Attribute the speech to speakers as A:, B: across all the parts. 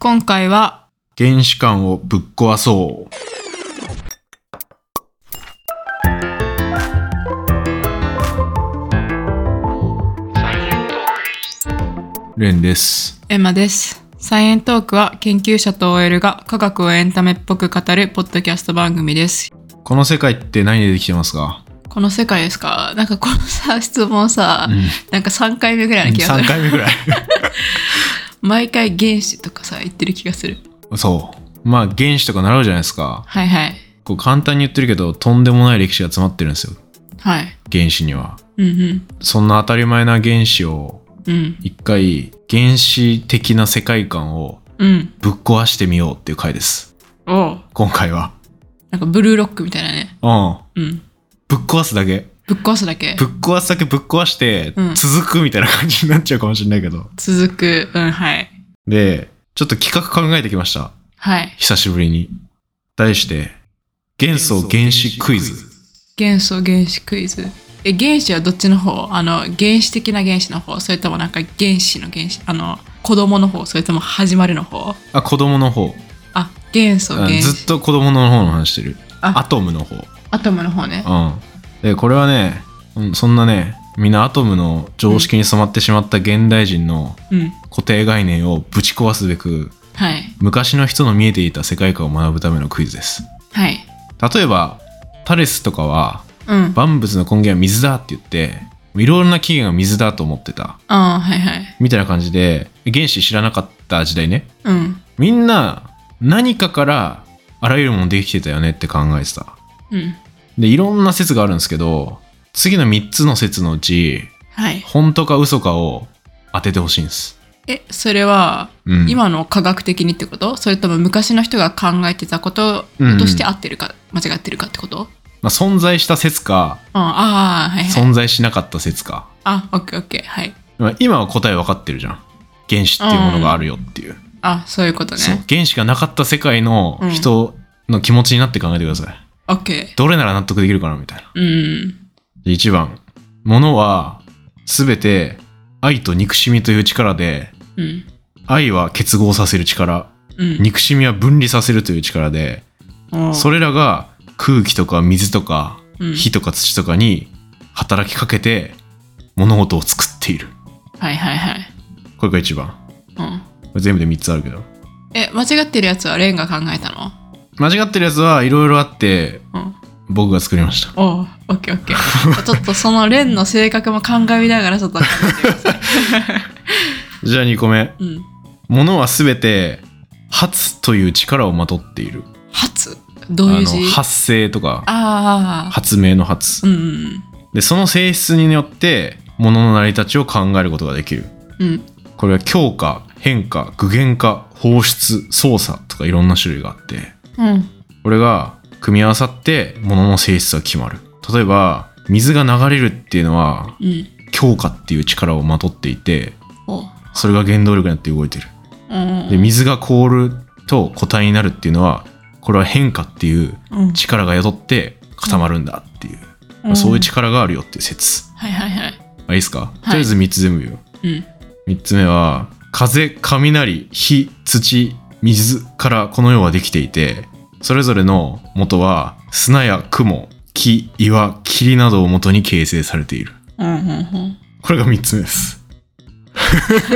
A: 今回は、
B: 原始館をぶっ壊そう。レンです。
A: エマです。サイエントークは研究者と OL が科学をエンタメっぽく語るポッドキャスト番組です。
B: この世界って何でできてますか、
A: この世界ですかなんかこのさ、質問さ、
B: うん、
A: なんか3回目ぐらいの気がす
B: ?3
A: る。
B: 回目ぐら い。
A: 毎回原子とかさ、言ってる気がする。
B: そう。まあ原始とか習うじゃないですか。
A: はいはい。
B: こう簡単に言ってるけど、とんでもない歴史が詰まってるんですよ。
A: はい。
B: 原始には。
A: うん
B: そんな当たり前な原子を、
A: うん。うん。
B: 一回原始的な世界観を
A: うん。
B: ぶっ壊してみようっていう回です。
A: おう
B: 今回は。
A: なんかブルーロックみたいなね。
B: うん。
A: うん。
B: ぶっ壊すだけ。
A: ぶっ壊すだけ
B: ぶ。っ壊すだけぶっ壊して
A: うん、
B: 続くみたいな感じになっちゃうかもしれないけど。
A: 続く。うん、はい。
B: で、ちょっと企画考えてきました。
A: はい。
B: 久しぶりに。題して、元素原子クイズ。
A: 元素原子クイズえ原子はどっちの方あの原始的な原子の方それともなんか原子の原子あの子供の方それとも始まるの方
B: あ、子供の方。
A: あ元素
B: う
A: 原
B: ん
A: 子
B: ずっと子供の方の話してる。
A: あ
B: アトムの方。
A: アトムの方ね
B: うん。で、これはね、うんそんなね、みんなアトムの常識に染まってしまった現代人の
A: うん
B: 固定概念をぶち壊すべく、
A: はい
B: 昔の人の見えていた世界観を学ぶためのクイズです。
A: はい
B: 例えばタレスとかは
A: うん
B: 万物の根源は水だって言っていろんな起源が水だと思ってた
A: ああはいはい
B: みたいな感じで原子知らなかった時代ね
A: うん
B: みんな何かからあらゆるものできてたよねって考えてた
A: うん
B: でいろんな説があるんですけど次の3つの説のうち
A: はい
B: 本当か嘘かを当ててほしいんです、
A: えそれは
B: うん、
A: 今の科学的にってことそれとも昔の人が考えてたこと
B: うんうん
A: として合ってるか、間違ってるかってこと
B: まあ、存在した説か
A: うんああはいはい
B: 存在しなかった説か、
A: あオッケーオッケーはい
B: まあ今は答え分かってるじゃん原子っていうものがあるよっていう、
A: あそういうこと
B: そう
A: ね
B: 原子がなかった世界の人の気持ちになって考えてください、
A: オッケ
B: どれなら納得できるかなみたいな
A: ーうん
B: 1番物は全て愛と憎しみという力で
A: うん
B: 愛は結合させる力
A: うん
B: 憎しみは分離させるという力で
A: おう
B: それらが空気とか水とか
A: うん
B: 火とか土とかに働きかけて物事を作っている
A: はいはいはい、
B: これが1番
A: うん、
B: これ全部で3つあるけど
A: え間違ってるやつはレンが考えたの
B: 間違ってるやつはいろいろあって
A: うん
B: 僕が作りました
A: おうオッケーオッケ ーちょっとそのレンの性格も鑑みながらちょっと考えてください
B: じゃあ2個目
A: うん
B: 物はすべて発という力をまとっている。
A: 発どう
B: あ
A: いう
B: の
A: 字
B: 発生とか
A: ああ
B: 発明の発。
A: うんうん
B: でその性質によって物の成り立ちを考えることができる。
A: うん
B: これは強化、変化、具現化、放出、操作とかいろんな種類があって
A: うん
B: これが組み合わさって物の性質が決まる。例えば水が流れるっていうのは
A: うん
B: 強化っていう力をまとっていて
A: おう
B: それが原動力になって動いてる。
A: うん
B: で水が凍ると固体になるっていうのはこれは変化っていう
A: うん
B: 力が宿って固まるんだっていう、まあそういう力があるよっていう説
A: はいはいはい
B: あいいですか、とりあえず3つ全部言う
A: うん
B: 3つ目は風雷火土水からこの世はできていてそれぞれの元は砂や雲木岩霧などを元に形成されている
A: うんうんうん
B: これが3つ目です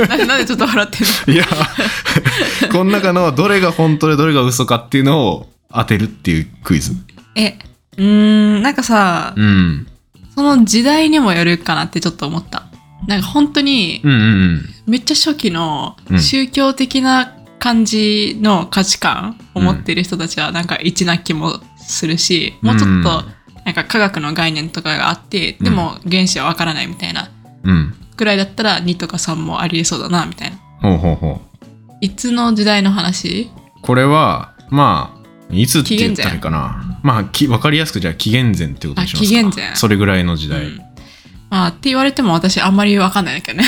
A: な なんでちょっと笑ってんの
B: いや この中のどれが本当でどれが嘘かっていうのを当てるっていうクイズ
A: えうーんなんかさ
B: うん
A: その時代にもよるかなってちょっと思ったなんか本当に
B: うんうんうん
A: めっちゃ初期の
B: うん
A: 宗教的な感じの価値観を持ってる人たちはなんか一な気もするし、もうちょっとなんか科学の概念とかがあって、
B: うん
A: でも原子はわからないみたいな
B: うん
A: くらいだったら2とか3もありえそうだなみたいな。
B: ほうほうほう
A: いつの時代の話
B: これはまあいつって言ったらいいかなまあき分かりやすくじゃあ紀元前ってことにしますか
A: あ紀元前
B: それぐらいの時
A: う
B: 代、
A: んまあって言われても私あんまりわかんないんだけどね。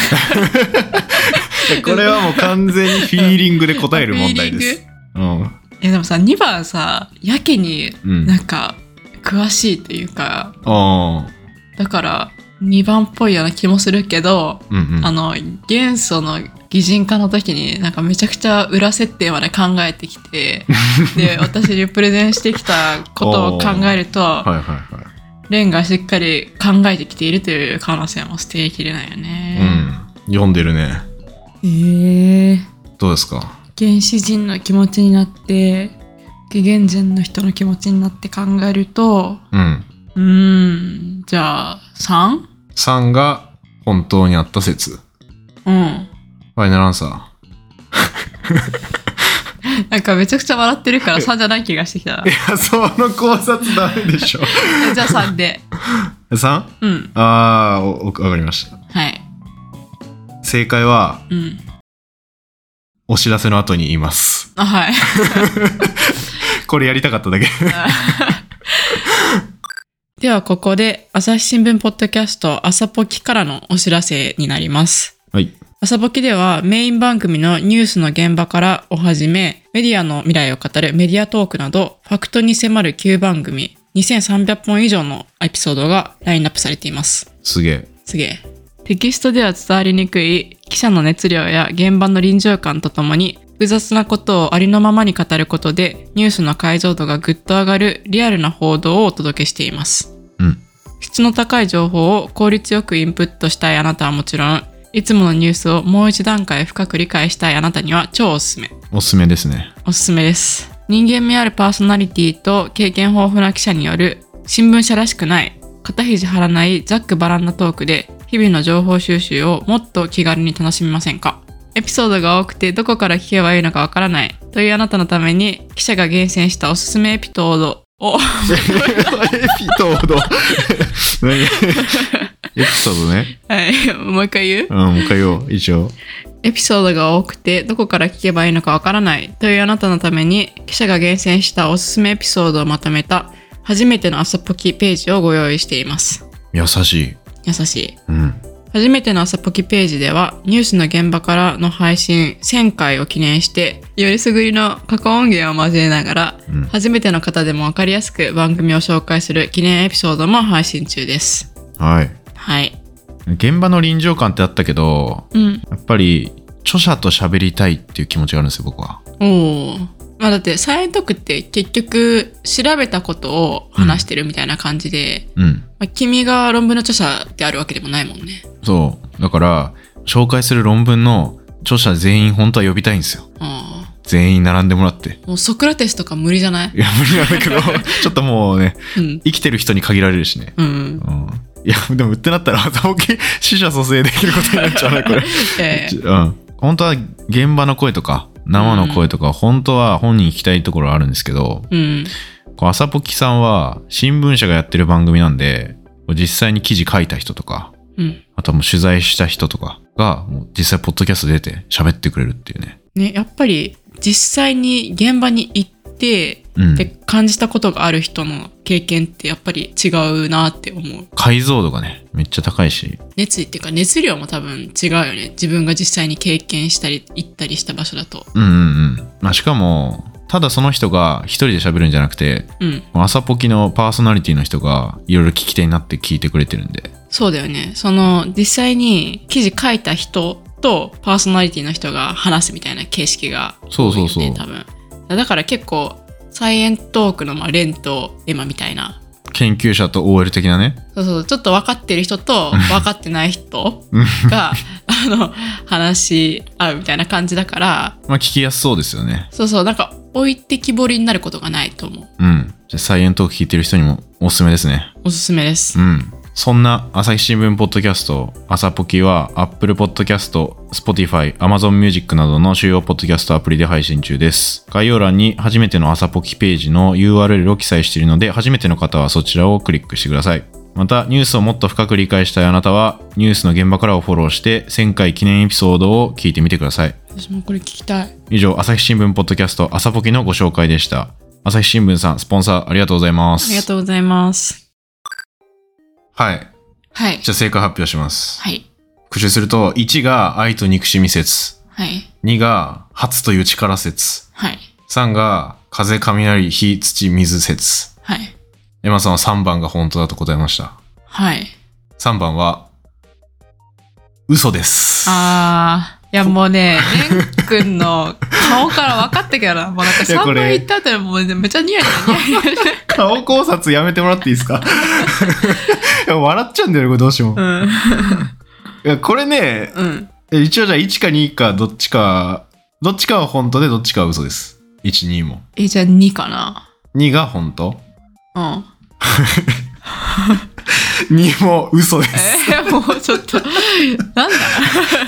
B: これはもう完全にフィーリングで答える問題
A: フィ
B: で
A: ーリ
B: す
A: ング
B: うん
A: いやでもさ2番さやけに
B: うん
A: なんか詳しいというか
B: あ
A: だから2番っぽいような気もするけど
B: ーうんうん
A: あの元素の擬人化の時になんかめちゃくちゃ裏設定まで考えてき てで私にプレゼンしてきたことを考えると、
B: はいはいはい。
A: レンがしっかり考えてきているという可能性も捨てきれないよ
B: う
A: ね。
B: ん。読んでるね。
A: ええ
B: どうですか
A: 原始人の気持ちになって紀元前の人の気持ちになって考えると
B: うん。
A: うーんじゃあ 3?
B: 3が本当にあった説。
A: うん。
B: ファイナルアンサ
A: なんかめちゃくちゃ笑ってるから3じゃない気がしてき た。
B: ー。いや、その考察ダメでしょ。
A: じゃあ3で。
B: 3?
A: うん。
B: あー、おおわかりました。
A: はい。
B: 正解は、
A: うん。
B: お知らせの後に言います。
A: あ、はい。
B: これやりたかっただけ。
A: ではここで朝日新聞ポッドキャスト朝ポキからのお知らせになります。
B: はい。
A: 朝ポキではメイン番組のニュースの現場からおはじめ、メディアの未来を語るメディアトークなど、ファクトに迫る9番組、2300本以上のエピソードがラインナップされています。
B: すげえ。
A: すげえ。テキストでは伝わりにくい記者の熱量や現場の臨場感とともに、複雑なことをありのままに語ることで、ニュースの解像度がぐっと上がるリアルな報道をお届けしています。
B: うん。
A: 質の高い情報を効率よくインプットしたいあなたはもちろん、いつものニュースをもう一段階深く理解したいあなたには超おすすめ。
B: おすすめですね。
A: おすすめです。人間味あるパーソナリティと経験豊富な記者による新聞社らしくない、肩肘張らないざっくばらんなトークで日々の情報収集をもっと気軽に楽しみませんかエピソードが多くてどこから聞けばいいのかわからないというあなたのために記者が厳選したおすすめエピソードを
B: エピソード。何 エピソードね。
A: はいもう一回言う
B: うん、もう一回言おう。一応。
A: エピソードが多くてどこから聞けばいいのかわからないというあなたのために記者が厳選したおすすめエピソードをまとめた初めての朝ポキページをご用意しています。
B: 優しい。
A: 優しい。
B: うん。
A: 初めての朝ポキページではニュースの現場からの配信1000回を記念してよりすぐりの過去音源を交えながら、
B: うん
A: 初めての方でもわかりやすく番組を紹介する記念エピソードも配信中です。
B: はい。
A: はい。
B: 現場の臨場感ってあったけど、
A: うん。
B: やっぱり著者と喋りたいっていう気持ちがあるんですよ、僕は。
A: おお。まあだって、サイエントークって結局、調べたことを話してるみたいな感じで、
B: うん。
A: まあ、君が論文の著者であるわけでもないもんね。
B: そう。だから、紹介する論文の著者全員本当は呼びたいんですよ。
A: あ
B: 全員並んでもらって。
A: あ。もうソクラテスとか無理じゃない
B: いや、無理なんだ けど、ちょっともうね、
A: うん。
B: 生きてる人に限られるしね。
A: うん。
B: うん。いや、でも、売ってなったら、 朝起き、死者蘇生できることになっちゃうね、これ。
A: ええ
B: うん。本当は、現場の声とか、生の声とか、本当は本人聞きたいところはあるんですけど、
A: うん。
B: こう朝ポキさんは新聞社がやってる番組なんでこう実際に記事書いた人とか
A: うん。
B: あとはもう取材した人とかがもう実際ポッドキャスト出て喋ってくれるっていうね
A: ね、やっぱり、実際に現場に行って、
B: うん
A: って感じたことがある人の経験ってやっぱり違うなって思う。
B: 解像度がねめっちゃ高いし
A: 熱意っていうか熱量も多分違うよね。自分が実際に経験したり行ったりした場所だと。
B: うんうんうんまあしかもただその人が一人で喋るんじゃなくて
A: うん。
B: 朝ポキのパーソナリティの人がいろいろ聞き手になって聞いてくれてるんで
A: そうだよね。その、実際に記事書いた人とパーソナリティの人が話すみたいな形式が
B: そうそうそう
A: 多いよね、多分。だから結構、サイエントークの、まあ、レンとエマみたいな。
B: 研究者と OL 的なね
A: そうそう、ちょっと分かってる人と分かってない人が、あの、話し合うみたいな感じだから、
B: まあ聞きやすそうですよね
A: そうそう、なんか置いてきぼりになることがないと思う。
B: うんじゃあサイエントーク聞いてる人にもおすすめですね
A: おすすめです
B: う。ん。そんな朝日新聞ポッドキャスト、朝ポキは Apple Podcast、Spotify、Amazon Music などの主要ポッドキャストアプリで配信中です。概要欄に初めての朝ポキページの URL を記載しているので、初めての方はそちらをクリックしてください。また、ニュースをもっと深く理解したいあなたは、ニュースの現場からをフォローして、1000回記念エピソードを聞いてみてください。
A: 私もこれ聞きたい。
B: 以上、朝日新聞ポッドキャスト、朝ポキのご紹介でした。朝日新聞さん、スポンサーありがとうございます。
A: ありがとうございます。
B: はい。
A: はい。
B: じゃあ正解発表します。
A: はい。
B: 復習すると、1が愛と憎しみ説、
A: はい。
B: 2が初という力説、
A: はい。
B: 3が風、雷、火、土、水説。
A: はい。
B: エマさんは3番が本当だと答えました。
A: はい。
B: 3番は、嘘です。
A: あいやもうね、レン君の顔から分かったけど な。もうなんか
B: いやこ
A: 3
B: れ
A: 倍行った後にもうめっちゃニヤニヤニヤニヤして。
B: 顔考察やめてもらっていいですかいや笑っちゃうんだよねこれどうしても、
A: う
B: い
A: ん。
B: やこれね
A: うん。
B: 一応じゃあ1か2かどっちかどっちかは本当でどっちかは嘘です12も
A: え、じゃあ2かな。
B: 2が 本当
A: うん。
B: 2も嘘です
A: えー、もうちょっと、なんだ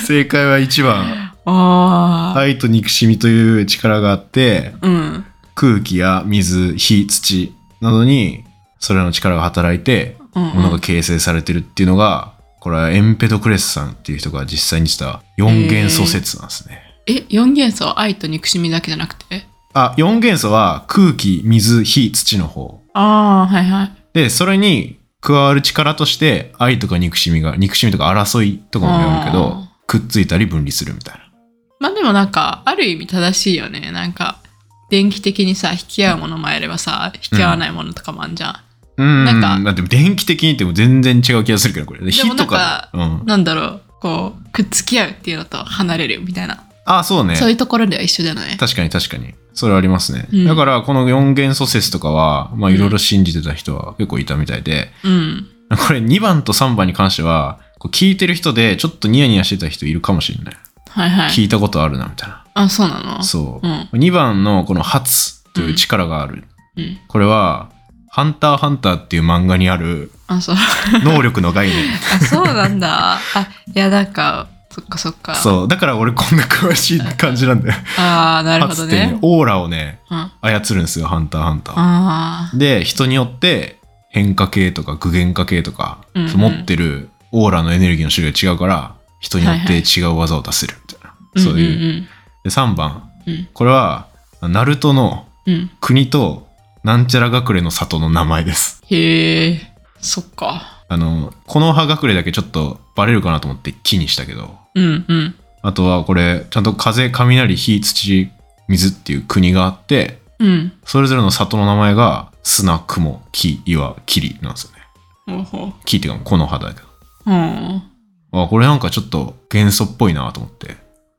B: 正解は1番
A: ああ、
B: 愛と憎しみという力があって
A: うん。
B: 空気や水火土などにそれらの力が働いて
A: うん、
B: ものが形成されてるっていうのがこれはエンペドクレスさんっていう人が実際にした4元素説なんですね。
A: え、四元素愛と憎しみだけじゃなくて
B: あ4元素は空気水火土の方
A: ああ、はいはい。
B: でそれに加わる力として愛とか憎しみが憎しみとか争いとかも読むけど
A: あ
B: くっついたり分離するみたいな。
A: まあでもなんか、ある意味正しいよね。なんか、電気的にさ、引き合うものもあればさ、引き合わないものとかもあんじゃん。
B: うん
A: な
B: なんん
A: か
B: かだって電気的にっても全然違う気がするけどこれ
A: でも
B: 火
A: なん
B: と
A: か
B: かうん、
A: なんだろう、こう、くっつき合うっていうのと離れるみたいな。
B: あそうね
A: そういうところでは一緒じゃない
B: 確かに確かにそれはありますね、
A: うん
B: だからこの4元素説とかはまあ
A: うん
B: いろいろ信じてた人は結構いたみたいで、
A: うん。
B: これ2番と3番に関してはこう聞いてる人でちょっとニヤニヤしてた人いるかもしれない、
A: はいはい。
B: 聞いたことあるなみたいな
A: あ、そうなの
B: そう
A: う、ん。
B: 2番のこの「発」という力がある、
A: うん。
B: これは「ハンターハンター」っていう漫画にある
A: あ、そう。
B: 能力の概念
A: あ、 そうなんだ。あ、いや、なんか、そっかそっか。
B: そうだから俺こんな詳しい感じなんだよ
A: ああ、なるほ
B: 発
A: ど
B: ってね
A: ね。
B: オーラをね
A: うん。あ
B: 操るんですよ「ハンターハンター」
A: あ
B: で人によって変化系とか具現化系とか、
A: うんうん
B: 持ってるオーラのエネルギーの種類が違うから人によって違う技を出せるみたいな、
A: ー。
B: そういう,、
A: うん
B: で3番
A: うんうん。
B: これはナルトの
A: うん。うん。
B: 国となんちゃら隠れの里の名前です
A: へえ、そっか。
B: あのこの葉隠れだけちょっとバレるかなと思って木にしたけど
A: うんうん。
B: あとはこれちゃんと風雷火土水っていう国があって
A: うん。
B: それぞれの里の名前が砂雲木岩霧なんですよね
A: ほうほう。
B: 木っていうかこの葉だけど
A: うん。
B: あこれなんかちょっと元素っぽいなと思って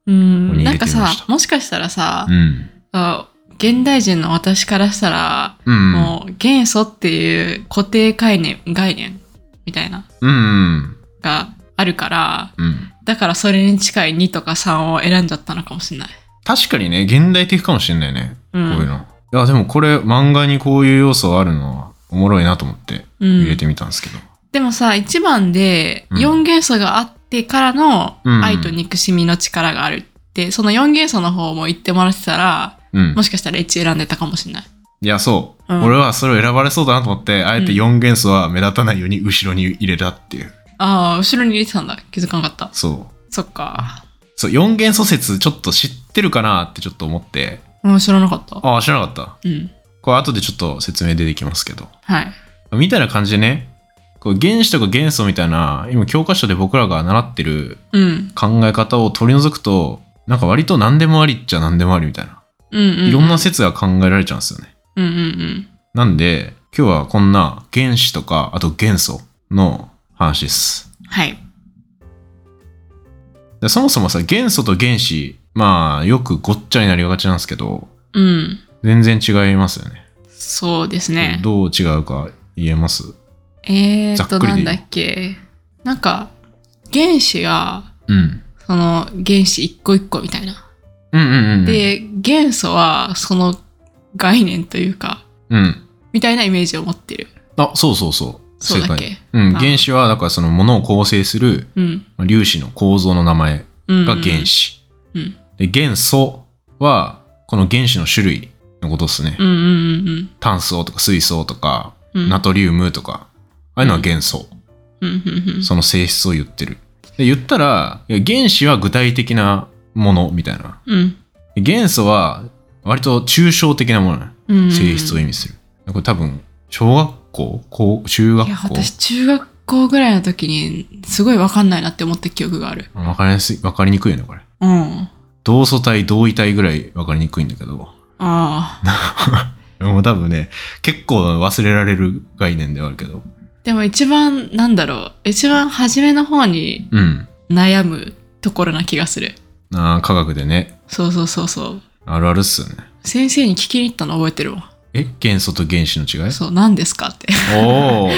A: うん、
B: に
A: なん
B: 入れてみ
A: か
B: ました
A: さもしかしたらさ
B: う、ん
A: あ現代人の私からしたら、
B: うん
A: もう元素っていう固定概念概念みたいな
B: うんうん
A: があるから
B: うん
A: だからそれに近い2とか3を選んじゃったのかもしれない。
B: 確かにね現代的かもしれないね、
A: うん
B: こういうのいやでもこれ漫画にこういう要素あるのはおもろいなと思って
A: うん
B: 入れてみたんですけど、
A: でもさ1番で
B: うん
A: 4元素があってからの
B: うん
A: 愛と憎しみの力があるって、その4元素の方も言ってもらってたら
B: うん
A: もしかしたら1選んでたかもしれない。
B: いやそう、
A: うん
B: 俺はそれを選ばれそうだなと思ってあえて4元素は目立たないように後ろに入れたっていう
A: ああ後ろに入れてたんだ気づかなかった。
B: そう
A: そっか。
B: そう4元素説ちょっと知ってるかなってちょっと思って
A: うん知らなかった。
B: ああ知らなかった
A: うん。
B: これ後でちょっと説明出てきますけど
A: はい。
B: みたいな感じでね、こう原子とか元素みたいな、今教科書で僕らが習ってる
A: うん。
B: 考え方を取り除くと、なんか割と何でもありっちゃ何でもありみたいな。
A: うんうん、うん。
B: いろんな説が考えられちゃうんですよね。
A: うんうんうん。
B: なんで、今日はこんな原子とか、あと元素の話です。
A: はい。
B: でそもそもさ、元素と原子、まあよくごっちゃになりがちなんですけど、
A: うん。
B: 全然違いますよね。
A: そうですね。
B: どう違うか言えます
A: えー、
B: ざ
A: っと、
B: っく
A: な
B: りで
A: ん
B: いい
A: だっけ。なんか、原子が、
B: うん。
A: その原子一個一個みたいな。
B: うんうんうんうん。、
A: で、元素はその概念というか、
B: うん。
A: みたいなイメージを持ってる。
B: あ、そうそうそう。
A: そうだっ
B: 正解
A: け。
B: うん、
A: あ
B: 原子はだからそのものを構成する
A: うん。
B: まあ粒子の構造の名前
A: うん。
B: が原。子。
A: うん。
B: で元素はこの原子の種類のことですね。
A: うんうんうん
B: 炭素とか水素とか
A: うん。
B: ナトリウムとか、ああいうのは元素、
A: うんうんうん。
B: その性質を言ってる。で言ったらいや原子は具体的なものみたいな。
A: うん。
B: で元素は割と抽象的なものなの、
A: うんうんうん。
B: 性質を意味する。これ多分小学校高中
A: い
B: 学
A: や、
B: 校
A: 私、中学校ぐらいの時に、すごいわかんないなって思った記憶がある。
B: わかりやすいわかりにくいよねこれ。
A: うん。
B: 同素体同位体ぐらい分かりにくいんだけど
A: ああ。
B: もう多分ね結構忘れられる概念ではあるけど
A: でも一番、なんだろう。一番初めの方に
B: うん
A: 悩むところな気がする。
B: ああ、科学でね。
A: そうそうそうそう。
B: あるあるっすよね。
A: 先生に聞きに行ったの覚えてるわ。
B: え元素と原子の違い
A: そう、何ですかって。
B: おお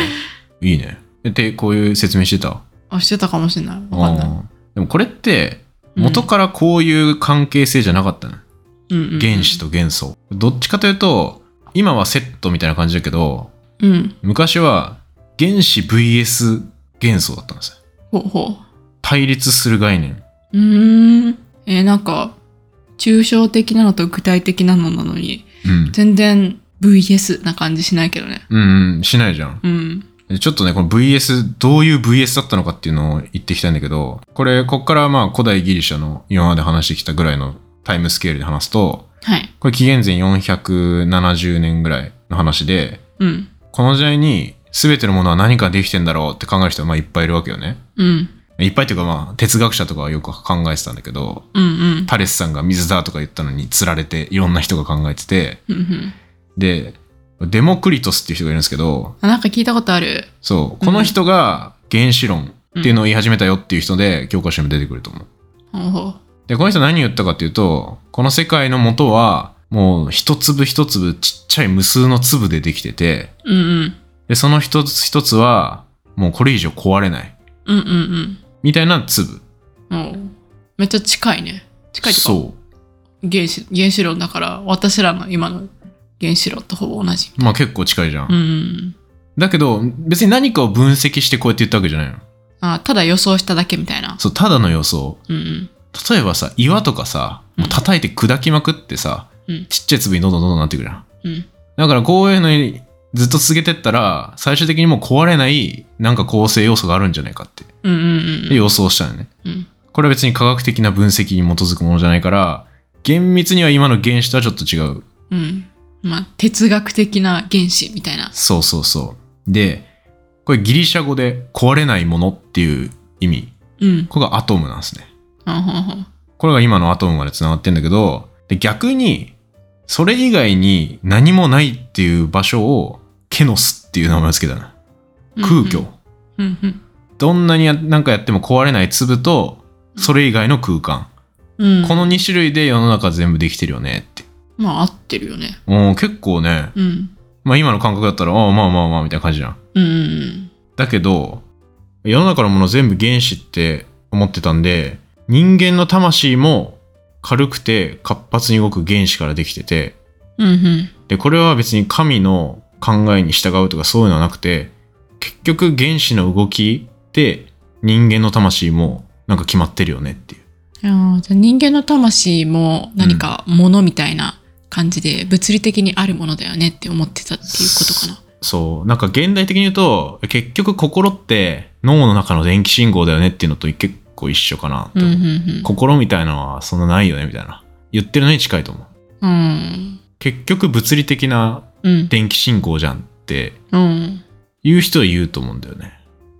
B: いいね。で、こういう説明してたわ
A: あ、してたかもしれない。わかんない。
B: あーでもこれって、元からこういう関係性じゃなかったの、
A: うんうんうん
B: 原子と元素。どっちかというと、今はセットみたいな感じだけど、
A: うん。
B: 昔は原子 VS 元素だったんですよ。
A: ほうほ
B: 対立する概念。
A: う。うーん。えーなんか、抽象的なのと具体的なのなのに、
B: うん。
A: 全然 VS な感じしないけどね。
B: うん、うん、しないじゃん。
A: うん。
B: でちょっとね、この VS、どういう VS だったのかっていうのを言っていきたいんだけど、これ、こっからまあ古代ギリシャの今まで話してきたぐらいのタイムスケールで話すと、
A: はい。
B: これ紀元前470年ぐらいの話で、
A: うん。
B: この時代に全てのものは何かできてんだろうって考える人はまあいっぱいいるわけよね。
A: うん。
B: いっぱいっていうかまあ哲学者とかはよく考えてたんだけど、
A: うんうん。
B: パレスさんが水だとか言ったのに釣られていろんな人が考えてて、
A: うんうん
B: で、デモクリトスっていう人がいるんですけど、
A: あなんか聞いたことある。
B: そう、この人が原子論っていうのを言い始めたよっていう人で教科書にも出てくると思う。
A: ほうほう。
B: で、この人何言ったかっていうと、この世界の元はもう一粒一粒ちっちゃい無数の粒でできてて、
A: うんうん。
B: で、その一つ一つはもうこれ以上壊れない。
A: うんうん
B: みたいな粒。
A: うん。おうめっちゃ近いね。近いとか
B: そ
A: 原子原子論だから、私らの今の原子論とほぼ同じ。
B: う。まあ結構近いじゃん。
A: うんうん。
B: だけど、別に何かを分析してこうやって言ったわけじゃないの。
A: あただ予想しただけみたいな。
B: そう、ただの予想。
A: うんうん。
B: 例えばさ、岩とかさ、もう叩いて砕きまくってさ、
A: うん
B: ちっちゃい粒にどんどんどんどんなっていくじゃん。
A: うん。
B: だからこういうのにずっと続けてったら、最終的にもう壊れない、なんか構成要素があるんじゃないかって
A: うんうん
B: で予想したのね。
A: うんうん。
B: これは別に科学的な分析に基づくものじゃないから、厳密には今の原子とはちょっと違う。
A: うん。まあ、哲学的な原子みたいな。
B: そうそうそう。で、これギリシャ語で壊れないものっていう意味。
A: うん。
B: これがアトムなんですね。
A: ほうほうほう。
B: これが今のアトムまで繋がってんだけど、で逆に、それ以外に何もないっていう場所を、ケノスっていう名前を付けたな。空虚。
A: うんうん。
B: どんなにやなんかやっても壊れない粒と、それ以外の空間。
A: うん。
B: この2種類で世の中全部できてるよねって。
A: まあ、合ってるよね。
B: もう結構ね、
A: うん。
B: まあ今の感覚だったら、ああまあまあまあみたいな感じじゃん。
A: うんうん
B: だけど、世の中のもの全部原子って思ってたんで、人間の魂も軽くて活発に動く原子からできてて、
A: うん。うんうん。
B: で、これは別に神の考えに従うとかそういうのはなくて、結局原子の動きで人間の魂もなんか決まってるよねっていう。
A: いやーじゃあ人間の魂も何かものみたいな感じで物理的にあるものだよねって思ってたっていうことかな。
B: そう。なんか現代的に言うと、結局心って脳の中の電気信号だよねっていうのと結構一緒かなって
A: うん
B: 思
A: う
B: う、
A: んうん。
B: 心みたいのはそんなないよねみたいな。言ってるのに近いと思う。
A: うん。
B: 結局物理的な
A: うん。
B: 電気信号じゃんって
A: うん。
B: 言う人は言うと思うんだよね。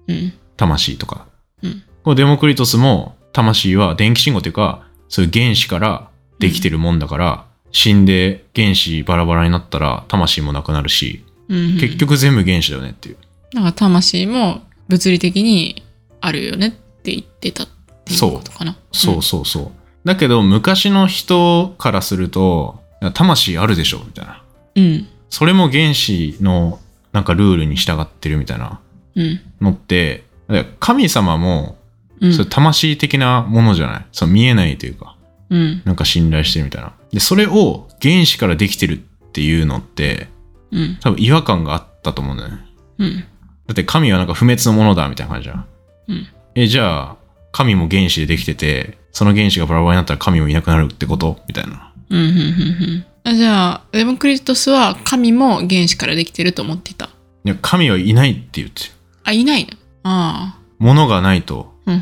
A: うん。
B: 魂とか。
A: うん
B: このデモクリトスも魂は電気信号というか、そういう原子からできてるもんだから、死んで原子バラバラになったら魂もなくなるし、
A: うん。
B: 結。局全部原子だよねっていう。
A: なんか魂も物理的にあるよねって言ってたっていうことかな。
B: そうそうそう。だけど昔の人からすると、魂あるでしょみたいな。
A: うん。
B: それも原子のなんかルールに従ってるみたいな
A: うん。
B: のって、だから神様も
A: うん。
B: それ魂的なものじゃない、そう見えないというか
A: うん。
B: なんか信頼してるみたいなでそれを原子からできてるっていうのって
A: うん。
B: 多分違和感があったと思うんだよね
A: うん。
B: だって神はなんか不滅のものだみたいな感じじゃん、
A: うん
B: えじゃあ神も原子でできててその原子がバラバラになったら神もいなくなるってことみたいな
A: うん。うん。うん。あじゃあ、デモクリトスは神も原子からできてると思っていた。
B: いや神はいないって言ってる
A: あ、いないのあ
B: ものがないと
A: あ。うん。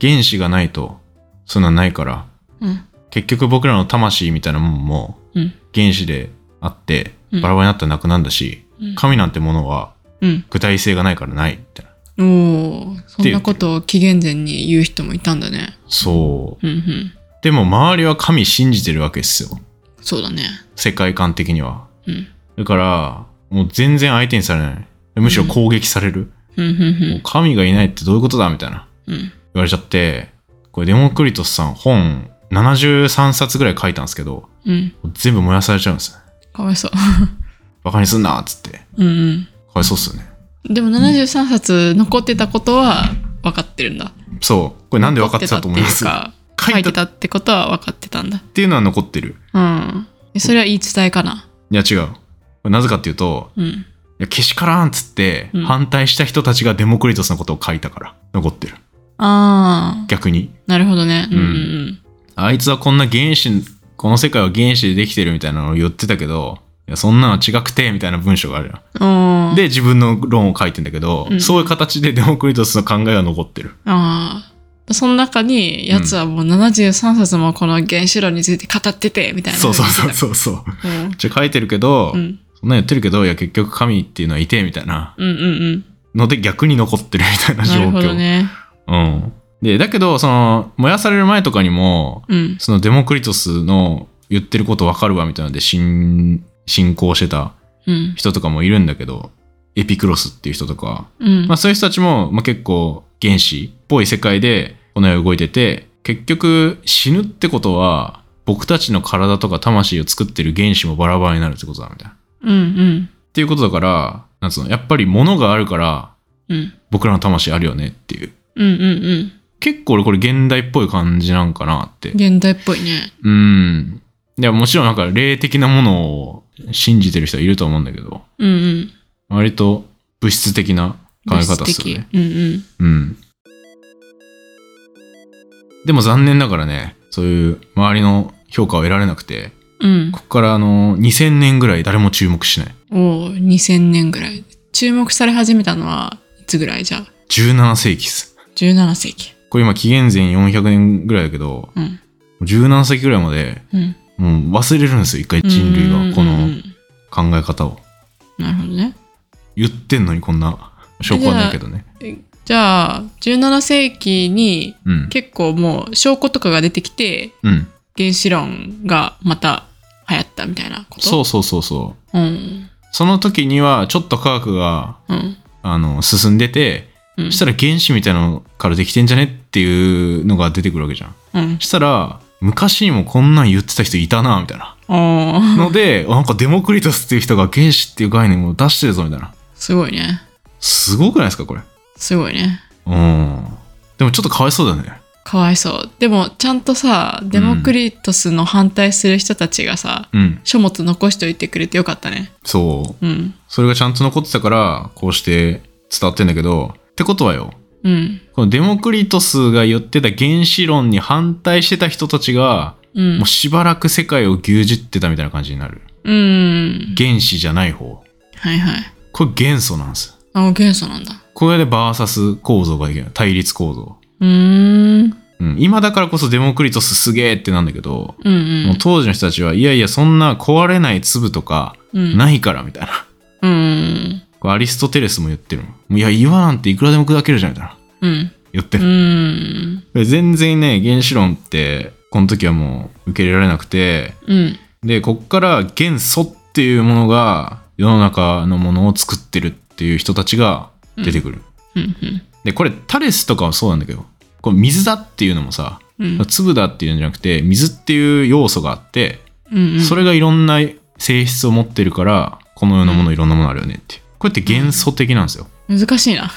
B: 原子がないとそんなんないから
A: うん。うん。
B: 結局僕らの魂みたいなもんも
A: うん
B: 原子であって
A: う
B: バ
A: ん
B: ラバラになったらなくなるんだし、
A: うん
B: 神なんてものは
A: うん。
B: 具体性がないからないみたいな
A: おお、そ
B: て
A: ん
B: いう
A: なことを紀元前に言う人もいたんだね。
B: そう
A: うんうん。
B: でも周りは神信じてるわけですよ
A: そうだね。
B: 世界観的には
A: うん。
B: だからもう全然相手にされないむしろ攻撃される、
A: うんう
B: もうん神がいないってどういうことだみたいな
A: うん。うん。
B: 言われちゃってこれデモクリトスさん本73冊ぐらい書いたんですけど、
A: うん。
B: 全部燃やされちゃうんですね。
A: かわいそう。
B: バカにすんなっつって。か
A: うん
B: わいそうっすよね。
A: うん。でも73冊残ってたことは分かってるんだ。
B: そう。これなんで分かってたと思います
A: 残ってたっていうか
B: 書
A: 書
B: い
A: い
B: た
A: てたってことは分かってたんだ。
B: っていうのは残ってる。
A: うん。えそれは言い伝えかな。
B: いや違う。これなぜかっていうと、
A: うん。
B: いやけしからんっつって、
A: うん
B: 反対した人たちがデモクリトスのことを書いたから、残ってる。
A: ああ、
B: 逆に。
A: なるほどね。うんうん
B: あいつはこんな原子、この世界は原子でできてるみたいなのを言ってたけど、いやそんなの違くて、みたいな文章があるよ。
A: うん。おー
B: で、自分の論を書いてんだけど、
A: うん
B: そういう形でデモクリトスの考えが残ってる。
A: ああ。その中に、やつはもう73冊もこの原子炉について語ってて、みたいな。
B: そうそうそうそうそう。
A: うん。
B: じゃあ書いてるけど、
A: うん。
B: そんなの言ってるけど、いや結局神っていうのはいて、みたいな。
A: うんうん
B: ので逆に残ってるみたい
A: うん。
B: な
A: な
B: 状
A: るほ
B: 況。
A: どね。
B: うん。で、だけど、その、燃やされる前とかにも、
A: うん。
B: そのデモクリトスの言ってることわかるわみたいなので信信仰してた
A: うん。
B: 人とかもいるんだけど、エピクロスっていう人とか、
A: うん
B: まあ、そういう人たちも、まあ、結構原子っぽい世界でこの世を動いてて、結局死ぬってことは僕たちの体とか魂を作ってる原子もバラバラになるってことだみたいな。っ
A: うん
B: ていうことだから、なんつうの、やっぱり物があるから
A: うん。うん。
B: 僕らの魂あるよねっていう。
A: うんうんうん。
B: 結構俺これ現代っぽい感じなんかなって
A: 現代っぽいね。
B: うん。いや、もちろんなんか霊的なものを信じてる人はいると思うんだけど、
A: うんうん。
B: 割と物質的な考え方っするね。
A: 物質的うんうん。
B: うん。でも残念ながらね、そういう周りの評価を得られなくて、
A: うん。
B: ここからあの、2000年ぐらい誰も注目しない。
A: おお、2000年ぐらい。注目され始めたのは、いつぐらいじゃあ。
B: 17世紀っす。
A: 17世紀。
B: これ今紀元前400年ぐらいだけど、
A: うん。
B: 17世紀ぐらいまで、
A: うん。
B: もう忘れるんですよ、一回人類
A: うんうんうん
B: はこの考え方を。
A: なるほどね。
B: 言ってんのにこんな証拠はないけどね。
A: じゃあ、17世紀に
B: うん。
A: 結構もう証拠とかが出てきて、
B: うん。
A: 原子論がまた流行ったみたいなこと。。
B: そううそうそうそう。
A: うん。
B: その時にはちょっと科学が
A: うん。
B: あの進んでて、
A: うん。
B: そしたら原子みたいなのからできてんじゃねっていうのが出てくるわけじゃん。
A: うん。
B: そしたら昔にもこんなん言ってた人いたなみたいな。
A: ああ、
B: ので、なんかデモクリトスっていう人が原子っていう概念を出してるぞみたいな。
A: すごいね。
B: すごくないですかこれ。
A: すごいね。
B: うん。でもちょっとかわいそうだよね。
A: かわいそう。でも、ちゃんとさ、デモクリトスの反対する人たちがさ、
B: うん。
A: 書物残しておいてくれてよかったね。
B: そう。
A: うん。
B: それがちゃんと残ってたから、こうして伝わってんだけど、ってことはよ、
A: うん。
B: このデモクリトスが言ってた原子論に反対してた人たちが、
A: うん
B: もう。しばらく世界を牛耳ってたみたいな感じになる。
A: うん。
B: 原子じゃない方。
A: はいはい。
B: これ元素なんです。
A: あ、元素なんだ。
B: これでバーサス構造ができる。対立構造。
A: うーん。
B: うん。今だからこそデモクリトスすげーってなんだけど、
A: うんう。
B: もうん当時の人たちは、いやいや、そんな壊れない粒とか、
A: うん。
B: ないから、みたいな。
A: うん。
B: これアリストテレスも言ってるもん。いや、岩なんていくらでも砕けるじゃん、みたいな。
A: うん。
B: 言って
A: う
B: る。
A: ん。
B: で全然ね原子論ってこの時はもう受け入れられなくて
A: うん。
B: でこっから元素っていうものが世の中のものを作ってるっていう人たちが出てくる、
A: うん。
B: でこれタレスとかはそうなんだけどこれ水だっていうのもさ
A: うん。
B: 粒だっていうんじゃなくて水っていう要素があって
A: うん。
B: そ
A: れ。
B: れがいろんな性質を持ってるからこの世のものいろんなものあるよねっていうこれって元素的なんですよ
A: 難しいな。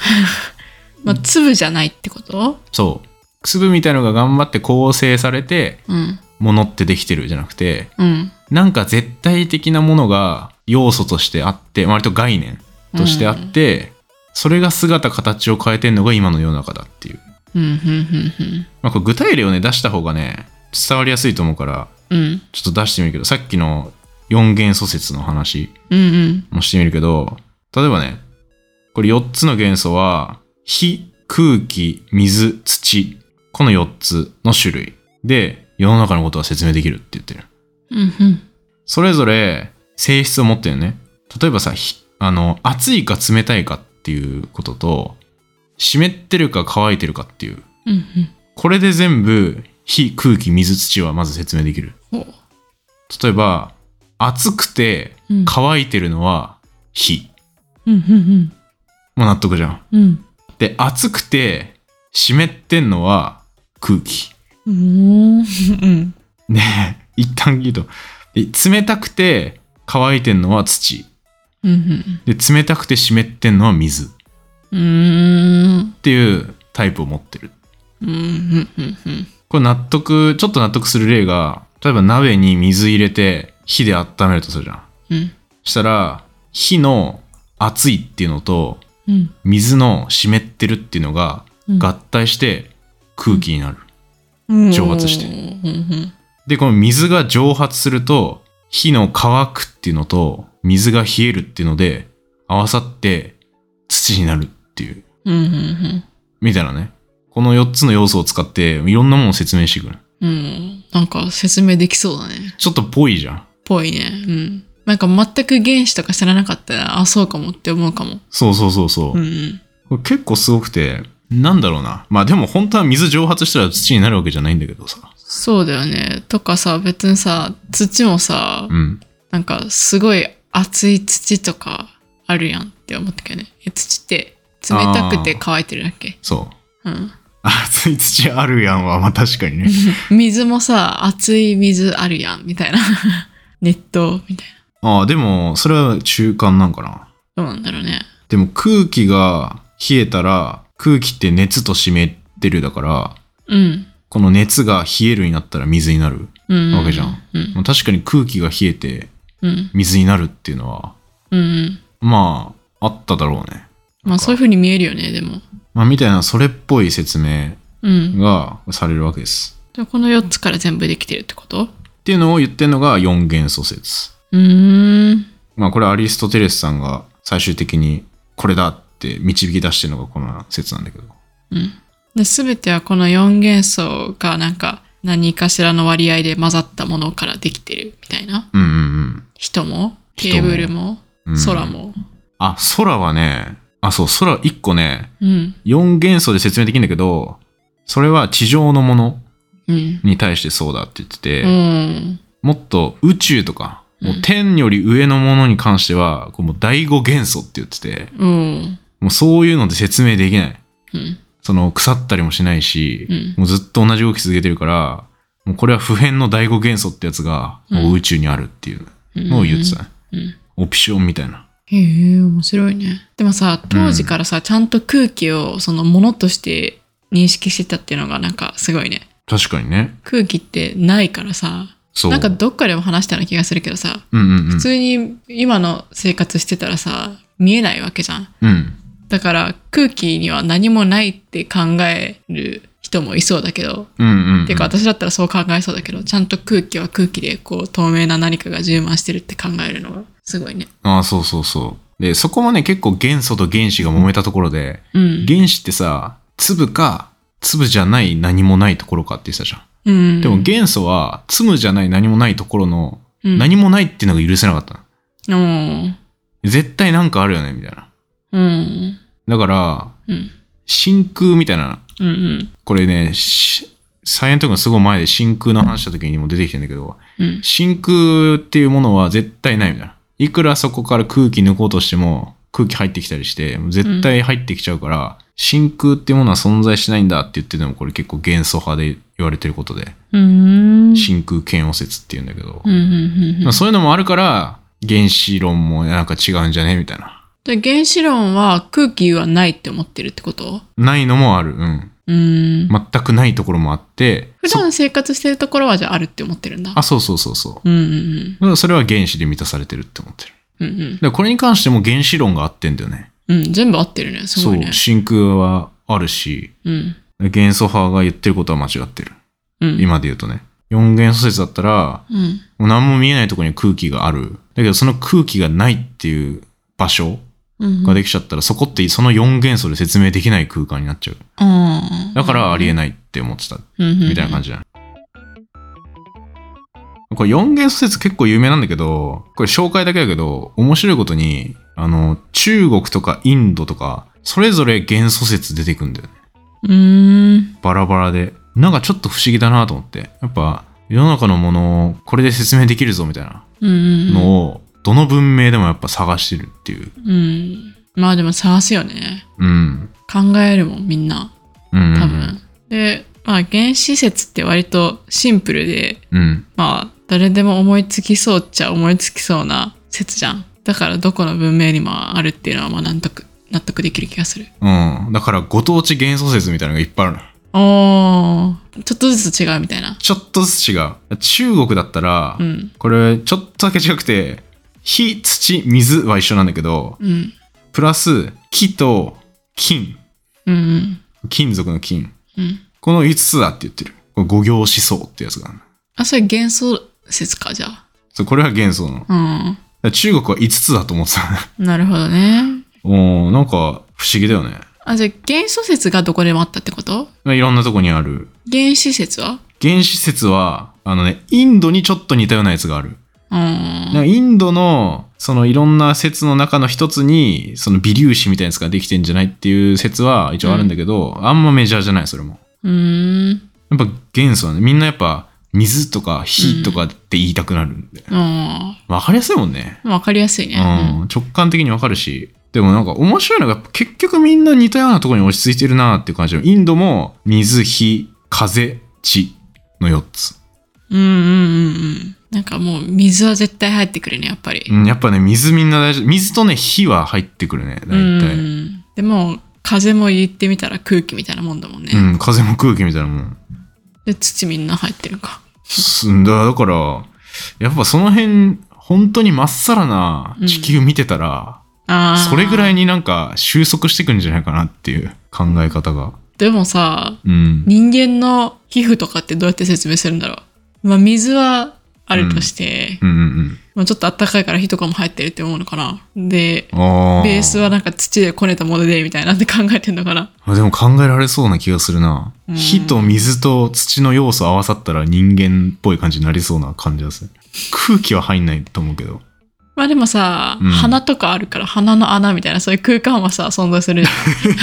A: まあ、粒じゃないってこと
B: そう粒みたいのが頑張って構成されて
A: うん。
B: ものってできてるじゃなくて
A: うん。
B: なんか絶対的なものが要素としてあって割と概念としてあって、それが姿形を変えてんのが今の世の中だっていう、
A: うん。うん。
B: まあ、これ具体例をね出した方がね伝わりやすいと思うから
A: うん。うん。
B: ちょっと出してみるけどさっきの4元素説の話
A: うん。うん。
B: もしてみるけど例えばねこれ4つの元素は火空気水土この4つの種類で世の中のことは説明できるって言ってる
A: うん。うん。
B: それぞれ性質を持ってるね。例えばさ、ひあの、暑いか冷たいかっていうことと、湿ってるか乾いてるかっていう。
A: うん。
B: これで全部、火、空気、水、土はまず説明できる。
A: ほう。
B: 例えば、暑くて
A: うん。
B: 乾いてるのは火。
A: うん。うん。
B: もう納得じゃん。
A: うん。
B: で、暑くて湿ってんのは空気。
A: うーん。うん。
B: で、 一旦聞いと。で冷たくて乾いてんのは土。
A: うん。
B: で、冷たくて湿ってんのは水っ
A: うん。うん。
B: ていうタイプを持ってる。
A: うん。うん。うん。
B: これ納得、ちょっと納得する例が、例えば鍋に水入れて火で温めるとするじゃん。
A: うん。
B: したら、火の熱いっていうのと、
A: うん。
B: 水の湿ってるっていうのが
A: うん
B: 合体して空気になる。
A: うん
B: 蒸発して
A: うん。
B: で、この水が蒸発すると、火の乾くっていうのと、水が冷えるっていうので、合わさって土になるっていう。
A: うん。うん。
B: みたいなね。この4つの要素を使って、いろんなものを説明してくる。
A: うん。なんか説明できそうだね。
B: ちょっとぽいじゃん。
A: ぽいね。うん。なんか全く原子とか知らなかったら、あ、そうかもって思うかも。
B: そうそうそうそう。
A: うん。
B: これ結構すごくて、なんだろうな。まあでも本当は水蒸発したら土になるわけじゃないんだけどさ。
A: そうだよね。とかさ、別にさ、土もさ、
B: うん。
A: なんかすごい熱い土とかあるやんって思ったけどね。え土って冷たくて乾いてるだっけ
B: そう。
A: うん。
B: 熱い土あるやんは、まあ確かにね。
A: 水もさ、熱い水あるやんみたいな。 熱湯みたい
B: ああ、でも、それは中間なんかな。
A: な。どうなんだろうね。
B: でも空気が冷えたら、空気って熱と湿ってるだから、
A: うん。
B: この熱が冷えるになったら水になる。
A: うん。
B: わけじゃん。
A: うん。
B: まあ確かに空気が冷えて
A: うん。
B: 水になるっていうのは、
A: うん。
B: まあ、あっただろうね。
A: まあそういう風に見えるよね、でも。
B: まあ、みたいな、それっぽい説明
A: うん。
B: がされるわけです。
A: じゃあこの4つから全部できてるってこと
B: っていうのを言ってるのが四元素説。
A: うーん。
B: まあ、これアリストテレスさんが最終的にこれだって導き出してるのがこの説なんだけど。
A: で全てはこの4元素がなんか何かしらの割合で混ざったものからできてるみたいな
B: うんうんうん。
A: 人もテ
B: 人も
A: ーブルも
B: うん
A: 空も
B: あ、空はね、あ、そう、空一個ね、
A: うん
B: 四元素で説明できるんだけど、それは地上のもの
A: うん
B: に対してそうだって言ってて、
A: うん
B: もっと宇宙とか、もううん天より上のものに関しては、こうもう第五元素って言ってて、
A: うん
B: もうそういうので説明できない。
A: うん
B: その腐ったりもしないし、
A: うん
B: もうずっと同じ動き続けてるから、もうこれは普遍の第五元素ってやつが、
A: うん
B: もう宇宙にあるっていうのを言ってたね、
A: うん
B: オプションみたいな。
A: へえ面白いねでもさ当時からさちゃんと空気をそのものとして認識してたっていうのがなんかすごいね
B: 確かにね。
A: 空気ってないからさ
B: そう。
A: なんかどっかでも話したような気がするけどさ
B: うんうんうん
A: 普。通に今の生活してたらさ見えないわけじゃん
B: うん。
A: だから空気には何もないって考える人もいそうだけど、
B: うんうん、うん。
A: てか私だったらそう考えそうだけどちゃんと空気は空気でこう透明な何かが充満してるって考えるのはすごいね。
B: ああ、そうそうそう。で、そこもね、結構元素と原子が揉めたところで、
A: うん。
B: 原子ってさ、粒か、粒じゃない何もないところかって言ってたじゃん。
A: うん、
B: でも元素は、粒じゃない何もないところの、
A: うん
B: 何もないっていうのが許せなかったの。
A: うん
B: 絶対なんかあるよね、みたいな。
A: うん
B: だから、
A: うん
B: 真空みたいな、
A: うんうん
B: これね、しサイエントのすごい前で真空の話した時にも出てきてんだけど、
A: うん
B: 真空っていうものは絶対ないみたいな。いくらそこから空気抜こうとしても、空気入ってきたりして、もう絶対入ってきちゃうから、真空っていうものは存在しないんだって言ってても、これ結構元素派で言われてることで、
A: うん
B: 真空嫌悪説っていうんだけど、
A: うんうんう
B: ま
A: ん
B: あそういうのもあるから、原子論もなんか違うんじゃねみたいな。
A: で原子論は空気はないって思ってるってこと
B: ないのもある。うん。
A: うん。
B: 全くないところもあって、
A: 普段生活してるところはじゃああるって思ってるんだ。
B: あ、そうそうそうそ
A: うんうん
B: う。うんそれは原子で満たされてるって思ってる。
A: うんうんうん
B: で、これに関しても原子論が合ってんだよね。
A: うん全部合ってるね。す
B: そ
A: ご
B: う
A: いね。
B: 真空はあるし、
A: うん
B: 元素派が言ってることは間違ってる。
A: うん。
B: 今で言うとね。四元素説だったら、
A: うん。
B: もう何も見えないところに空気がある。だけどその空気がないっていう場所
A: うん
B: ができちゃったら、そこってその四元素で説明できない空間になっちゃう。
A: うん
B: だからありえないって思ってた。み
A: み
B: たいな感じだね。これ四元素説結構有名なんだけど、これ紹介だけだけど、面白いことに、あの、中国とかインドとか、それぞれ元素説出てくんだよね。
A: じ。うーん。
B: バラバラで。なんかちょっと不思議だなと思って。やっぱ、世の中のものをこれで説明できるぞみたいな
A: うんうんうん。
B: のを、どの文明でもやっぱ探してるっていう。
A: うん。まあでも探すよね。
B: うん。
A: 考えるもん、みんな。
B: うんうんうん、
A: 多分。で、まあ原始説って割とシンプルで、
B: うん。
A: まあ誰でも思いつきそうっちゃ思いつきそうな説じゃん。だからどこの文明にもあるっていうのはまあ納得、納得できる気がする。
B: うん。だから、ご当地幻想説みたいなのがいっぱいあるの。
A: おー、ちょっとずつ違うみたいな。
B: ちょっとずつ違う。中国だったら、
A: うん。
B: これ、ちょっとだけ違くて、火、土、水は一緒なんだけど、
A: うん。
B: プラス、木と金。
A: うんうん。
B: 金属の金。
A: うん。
B: この5つだって言ってる。これ五行思想ってやつがあるの
A: あ、それ幻想説か、じゃあ。
B: そう、これは元素なの。だか
A: うん。
B: ら中国は5つだと思ってた。
A: なるほどね。
B: おーなんか不思議だよね。
A: あ、じゃあ幻想説がどこでもあったってこと
B: まあいろんなとこにある。
A: 原始説は
B: 原始説は、あのね、インドにちょっと似たようなやつがある。
A: う
B: だか
A: ん。
B: らインドの、そのいろんな説の中の一つに、その微粒子みたいなやつができてんじゃないっていう説は一応あるんだけど、あんまメジャーじゃない、それも。
A: うーん。
B: やっぱ元素はね、みんなやっぱ水とか火とかって言いたくなるんで。
A: うん。
B: わかりやすいもんね。
A: わかりやすいね。
B: うん、直感的にわかるしでもなんか面白いのがやっぱ結局みんな似たようなところに落ち着いてるなっていう感じのインドも水火風地の4つ、
A: うんうんうんうん。なんかもう水は絶対入ってくるね、やっぱり。
B: うん、やっぱね水みんな大事水とね火は入ってくるね大体、うん
A: ん。でも、風も言ってみたら空気みたいなもんだもんね。
B: 風も空気みたいなもん
A: で、土みんな入ってるか。
B: すんだだからやっぱその辺本当にまっさらな地球見てたら、
A: ああ。
B: それぐら
A: い。
B: いになんか収束してくんじゃないかなっていう考え方が
A: でもさ、
B: うん
A: 人間の皮膚とかってどうやって説明するんだろう。まあ、水はあるとして、
B: うんうん
A: まあ、ちょっと暖かいから火とかも入ってるって思うのかな。で、
B: うんあ
A: ベースはなんか土でこねたもので、みたいなんで考えてんのかな。
B: あでも考えられそうな気がするな、
A: うん
B: 火と水と土の要素合わさったら人間っぽい感じになりそうな感じがする空気は入んないと思うけど
A: まあでもさ、
B: うん
A: 鼻とかあるから鼻の穴みたいなそういう空間はさ存在するじゃん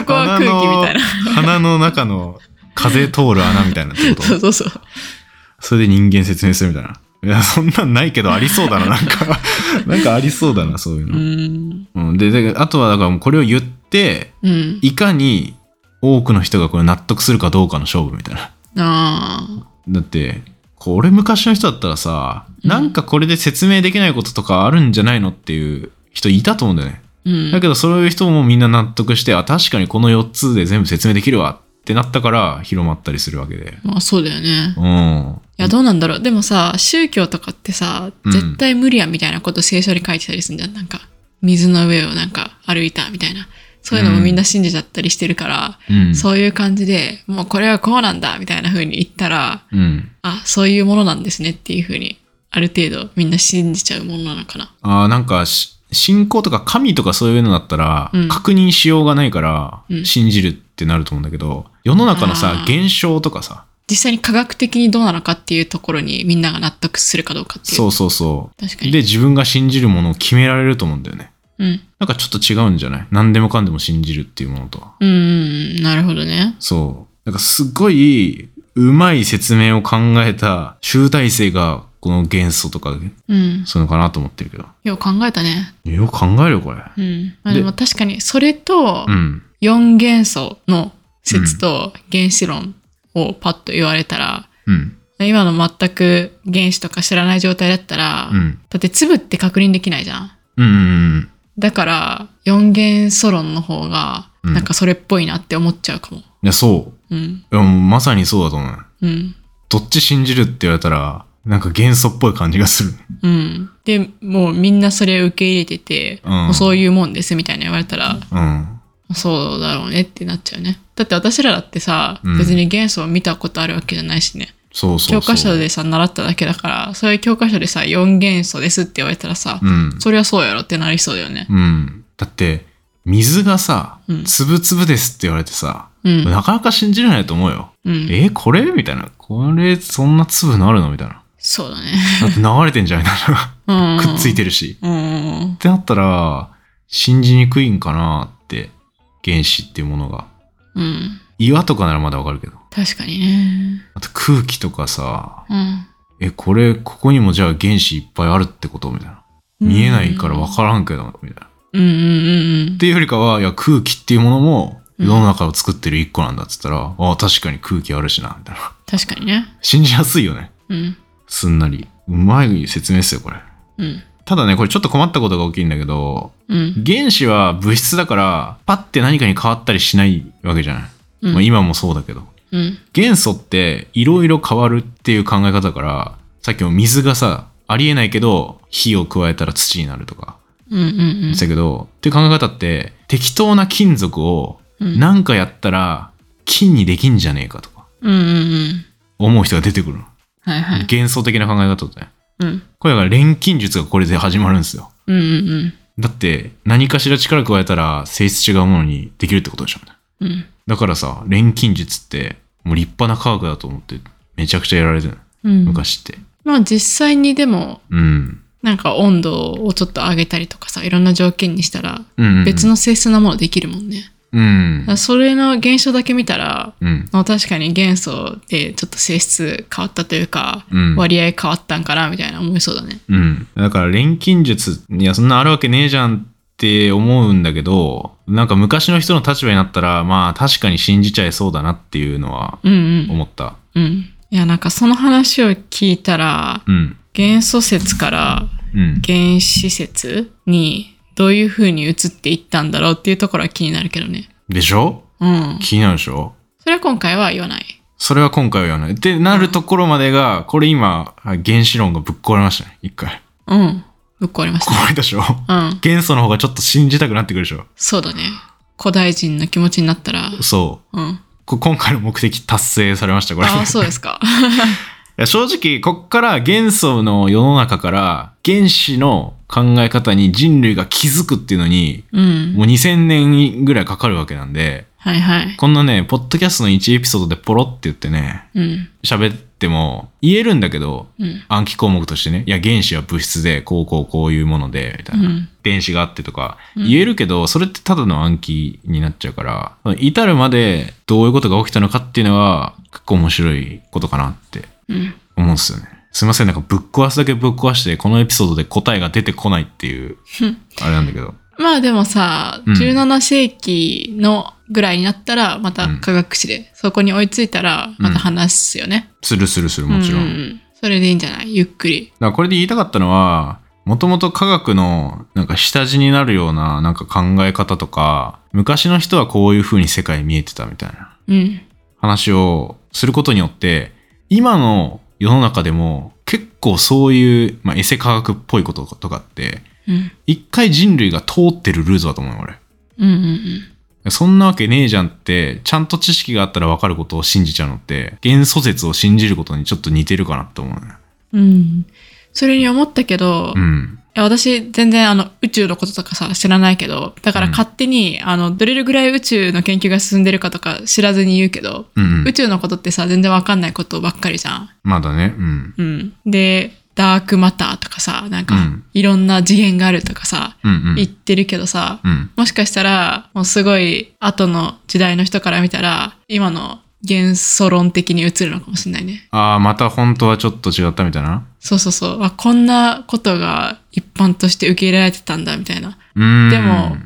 A: そこは空気みたいな
B: 鼻の鼻の中の風通る穴みたいなってこ と
A: そうそうそう
B: それで人間説明するみたいないやそんなんないけどありそうだななんか なんかありそうだなそういう
A: う
B: の、
A: ん
B: うん、でであとはだからもうこれを言って
A: うん
B: いかに多くの人がこれ納得するかどうかの勝負みたいな
A: あ
B: だってこれ昔の人だったらさ、
A: うん
B: なんかこれで説明できないこととかあるんじゃないのっていう人いたと思うんだよね、
A: ーうん
B: だけどそういう人もみんな納得してあ確かにこの4つで全部説明できるわってなったから広まったりするわけで
A: まあそうだよね
B: うん
A: いやどうなんだろうでもさ宗教とかってさ
B: うん
A: 絶対無理やみたいなこと聖書に書いてたりするんじゃんなんか水の上をなんか歩いたみたいなそういうのもみんな信じちゃったりしてるから、
B: うん
A: そういう感じでもうこれはこうなんだみたいな風に言ったら
B: うん
A: あ、そういうものなんですねっていうふうに、ある程度みんな信じちゃうものなのかな。
B: あーなんかし信仰とか神とかそういうのだったら、
A: うん
B: 確認しようがないから
A: うん
B: 信じるってなると思うんだけど、世の中のさ
A: あー
B: 現象とかさ
A: 実際に科学的にどうなのかっていうところにみんなが納得するかどうかっていう。
B: そうそうそ
A: 確か
B: う
A: に。
B: で自分が信じるものを決められると思うんだよね
A: うん。
B: なんかちょっと違うんじゃない何でもかんでも信じるっていうものとは。
A: うんうんうん、なるほどね。
B: そう。なんかすごいうまい説明を考えた集大成がこの元素とか
A: うん。
B: そういうのかなと思ってるけど。
A: よう考えたね。
B: よく考えるよ、これ。
A: うん。まあ、
B: で
A: でも確かに、それと
B: う、ん。
A: 四元素の説と原子論をパッと言われたら、
B: うん。
A: 今の全く原子とか知らない状態だったら、
B: うん。
A: だって粒って確認できないじゃん。
B: うんうん
A: だから、四元素論の方が、
B: うん
A: なんかそれっぽいなって思っちゃうかも。
B: いや、そう。
A: うん。
B: いやもうまさにそうだと思う。
A: うん。
B: どっち信じるって言われたら、なんか元素っぽい感じがする。
A: うん。で、もうみんなそれを受け入れてて、
B: うん
A: もうそういうもんですみたいな言われたら、
B: うん。
A: そうだろうねってなっちゃうね。だって私らだってさ、
B: うん
A: 別に元素を見たことあるわけじゃないしね。
B: そうそうそう。
A: 教科書。でさ、習っただけだから、そういう教科書でさ、4元素ですって言われたらさ、
B: うん。
A: そりゃそうやろってなりそうだよね。
B: うん。だって、水がさ
A: うん、
B: つぶつぶですって言われてさ、
A: うん。
B: なかなか信じられないと思うよ。
A: うん。
B: えーこれみたいな。これ、そんな粒なるのみた いな。
A: そうだね。
B: だって流れてんじゃないな。
A: うん。
B: くっつい
A: て。
B: てるし。
A: うんうんうん。
B: ってなったら、信じにくいんかなって、原子っていうものが。
A: うん。
B: 岩とかならまだわかるけど。
A: 確かにね。
B: あと空気とかさ、
A: うん。
B: え、これ、ここにもじゃあ原子いっぱいあるってことみたいな。見えないからわからんけど、みたいな。っ
A: うんうんうんうん。
B: ていうよりかは、いや、空気っていうものも、
A: うん
B: 世の中を作ってる一個なんだっつったら、ああ、確かに空気あるしな、みたいな。
A: 確かにね。
B: 信じやすいよね。
A: うん。
B: すんなり。うまい説明ですよ、これ。
A: うん。
B: ただね、これちょっと困ったことが大きいんだけど、
A: うん。
B: 原子は物質だから、パッて何かに変わったりしないわけじゃない。
A: うん
B: まあ、今もそうだけど。
A: うん。
B: 元素っていろいろ変わるっていう考え方だから、さっきも水がさ、ありえないけど、火を加えたら土になるとか、
A: うん。うん。うん
B: したけど、っていう考え方って、適当な金属を
A: うん
B: なんかやったら金にできんじゃねえかとか、
A: うん。うんうん。
B: 思う人が出てくるの。
A: はいはい。
B: 幻想的な考え方ってね。
A: うん。
B: これだから錬金術がこれで始まるんですよ。
A: うん。うん。
B: だって、何かしら力加えたら性質違うものにできるってことでしょ。
A: うん。うん。
B: だからさ、錬金術って、もう立派な科学だと思って、めちゃくちゃやられてるの
A: うん、
B: 昔って。
A: まあ実際にでも
B: うん。
A: なんか温度をちょっと上げたりとかさいろんな条件にしたら
B: うんうん、
A: 別の性質なものできるもんね、
B: うん
A: だか。らそれの現象だけ見たら
B: うん。
A: あ確かに元素でちょっと性質変わったというか、
B: うん
A: 割合変わったんかなみたいな思いそうだね
B: うん。だから錬金術、いや、そんなあるわけねえじゃんって思うんだけど、なんか昔の人の立場になったら、まあ確かに信じちゃいそうだなっていうのは
A: うんうん
B: 思った。
A: うんいやなんかその話を聞いたら
B: うん。
A: 元素説から
B: うん。
A: 原子説にどういうふうに移っていったんだろうっていうところは気になるけどね
B: でしょ
A: うん
B: 気になるでしょ
A: それは今回は言わない
B: それは今回は言わない。ってなるところまでが、これ今、原子論がぶっ壊れましたね。一回。
A: うんぶっ壊れました
B: 壊れたで しょ
A: うん、
B: 元素の方がちょっと信じたくなってくるでしょ
A: そうだね。古代人の気持ちになったら。
B: そ
A: うん。
B: う。こ今回の目的達成されました、これ。
A: ああ、そうですか。
B: いや正直、こっから元素の世の中から原子の考え方に人類が気づく っていうのに、
A: うん。
B: もう2000年ぐらいかかるわけなんで、
A: はいはい。
B: こんなね、ポッドキャストの1エピソードでポロって言ってね、
A: うん。
B: 喋っても言えるんだけど、
A: うん。
B: 暗記項目としてね、いや、原子は物質で、こうこうこういうもので、みたいな、
A: うん
B: 電子があってとか、
A: うん
B: 言えるけど、それってただの暗記になっちゃうから、至るまでどういうことが起きたのかっていうのは、結構面白いことかなって
A: うん。
B: 思うんですよね。すいません、なんかぶっ壊すだけぶっ壊して、このエピソードで答えが出てこないっていう、あれなんだけど。
A: まあでもさ、
B: うん
A: 17世紀のぐらいになったら、また科学史で、そこに追いついたら、また話すよね。
B: するするする、もちろん。
A: う
B: だか
A: んそれでいいんじゃないゆっくり。
B: らこれで言いたかったのは、もともと科学のなんか下地になるようななんか考え方とか、昔の人はこういう風に世界見えてたみたいな
A: うん。
B: 話をすることによって、今の世の中でも結構そういう、まあ、エセ科学っぽいこととかって、
A: うん。
B: 一回人類が通ってるルートだと思うよ、俺。
A: うんうんうん。
B: そんなわけねえじゃんって、ちゃんと知識があったらわかることを信じちゃうのって、元素説を信じることにちょっと似てるかなって思うね。
A: うん。それに思ったけど、
B: うん。
A: いや私全然あの宇宙のこととかさ知らないけどだから
B: うん
A: 勝手に、あのどれぐらい宇宙の研究が進んでるかとか知らずに言うけど、
B: うん、う
A: 宇
B: ん。
A: 宙のことってさ全然わかんないことばっかりじゃん。
B: まだね。うん。
A: うん、でダークマターとかさなんか
B: うん
A: いろんな次元があるとかさ、
B: うんうん。
A: 言ってるけどさ、
B: うん。
A: もしかしたらもうすごい後の時代の人から見たら今の元素論的に映るのかもしれないね。
B: ああ、また本当はちょっと違ったみたいな。
A: そうそうそうあこんなことが一般として受け入れられてたんだみたいな。
B: うーん。
A: でも、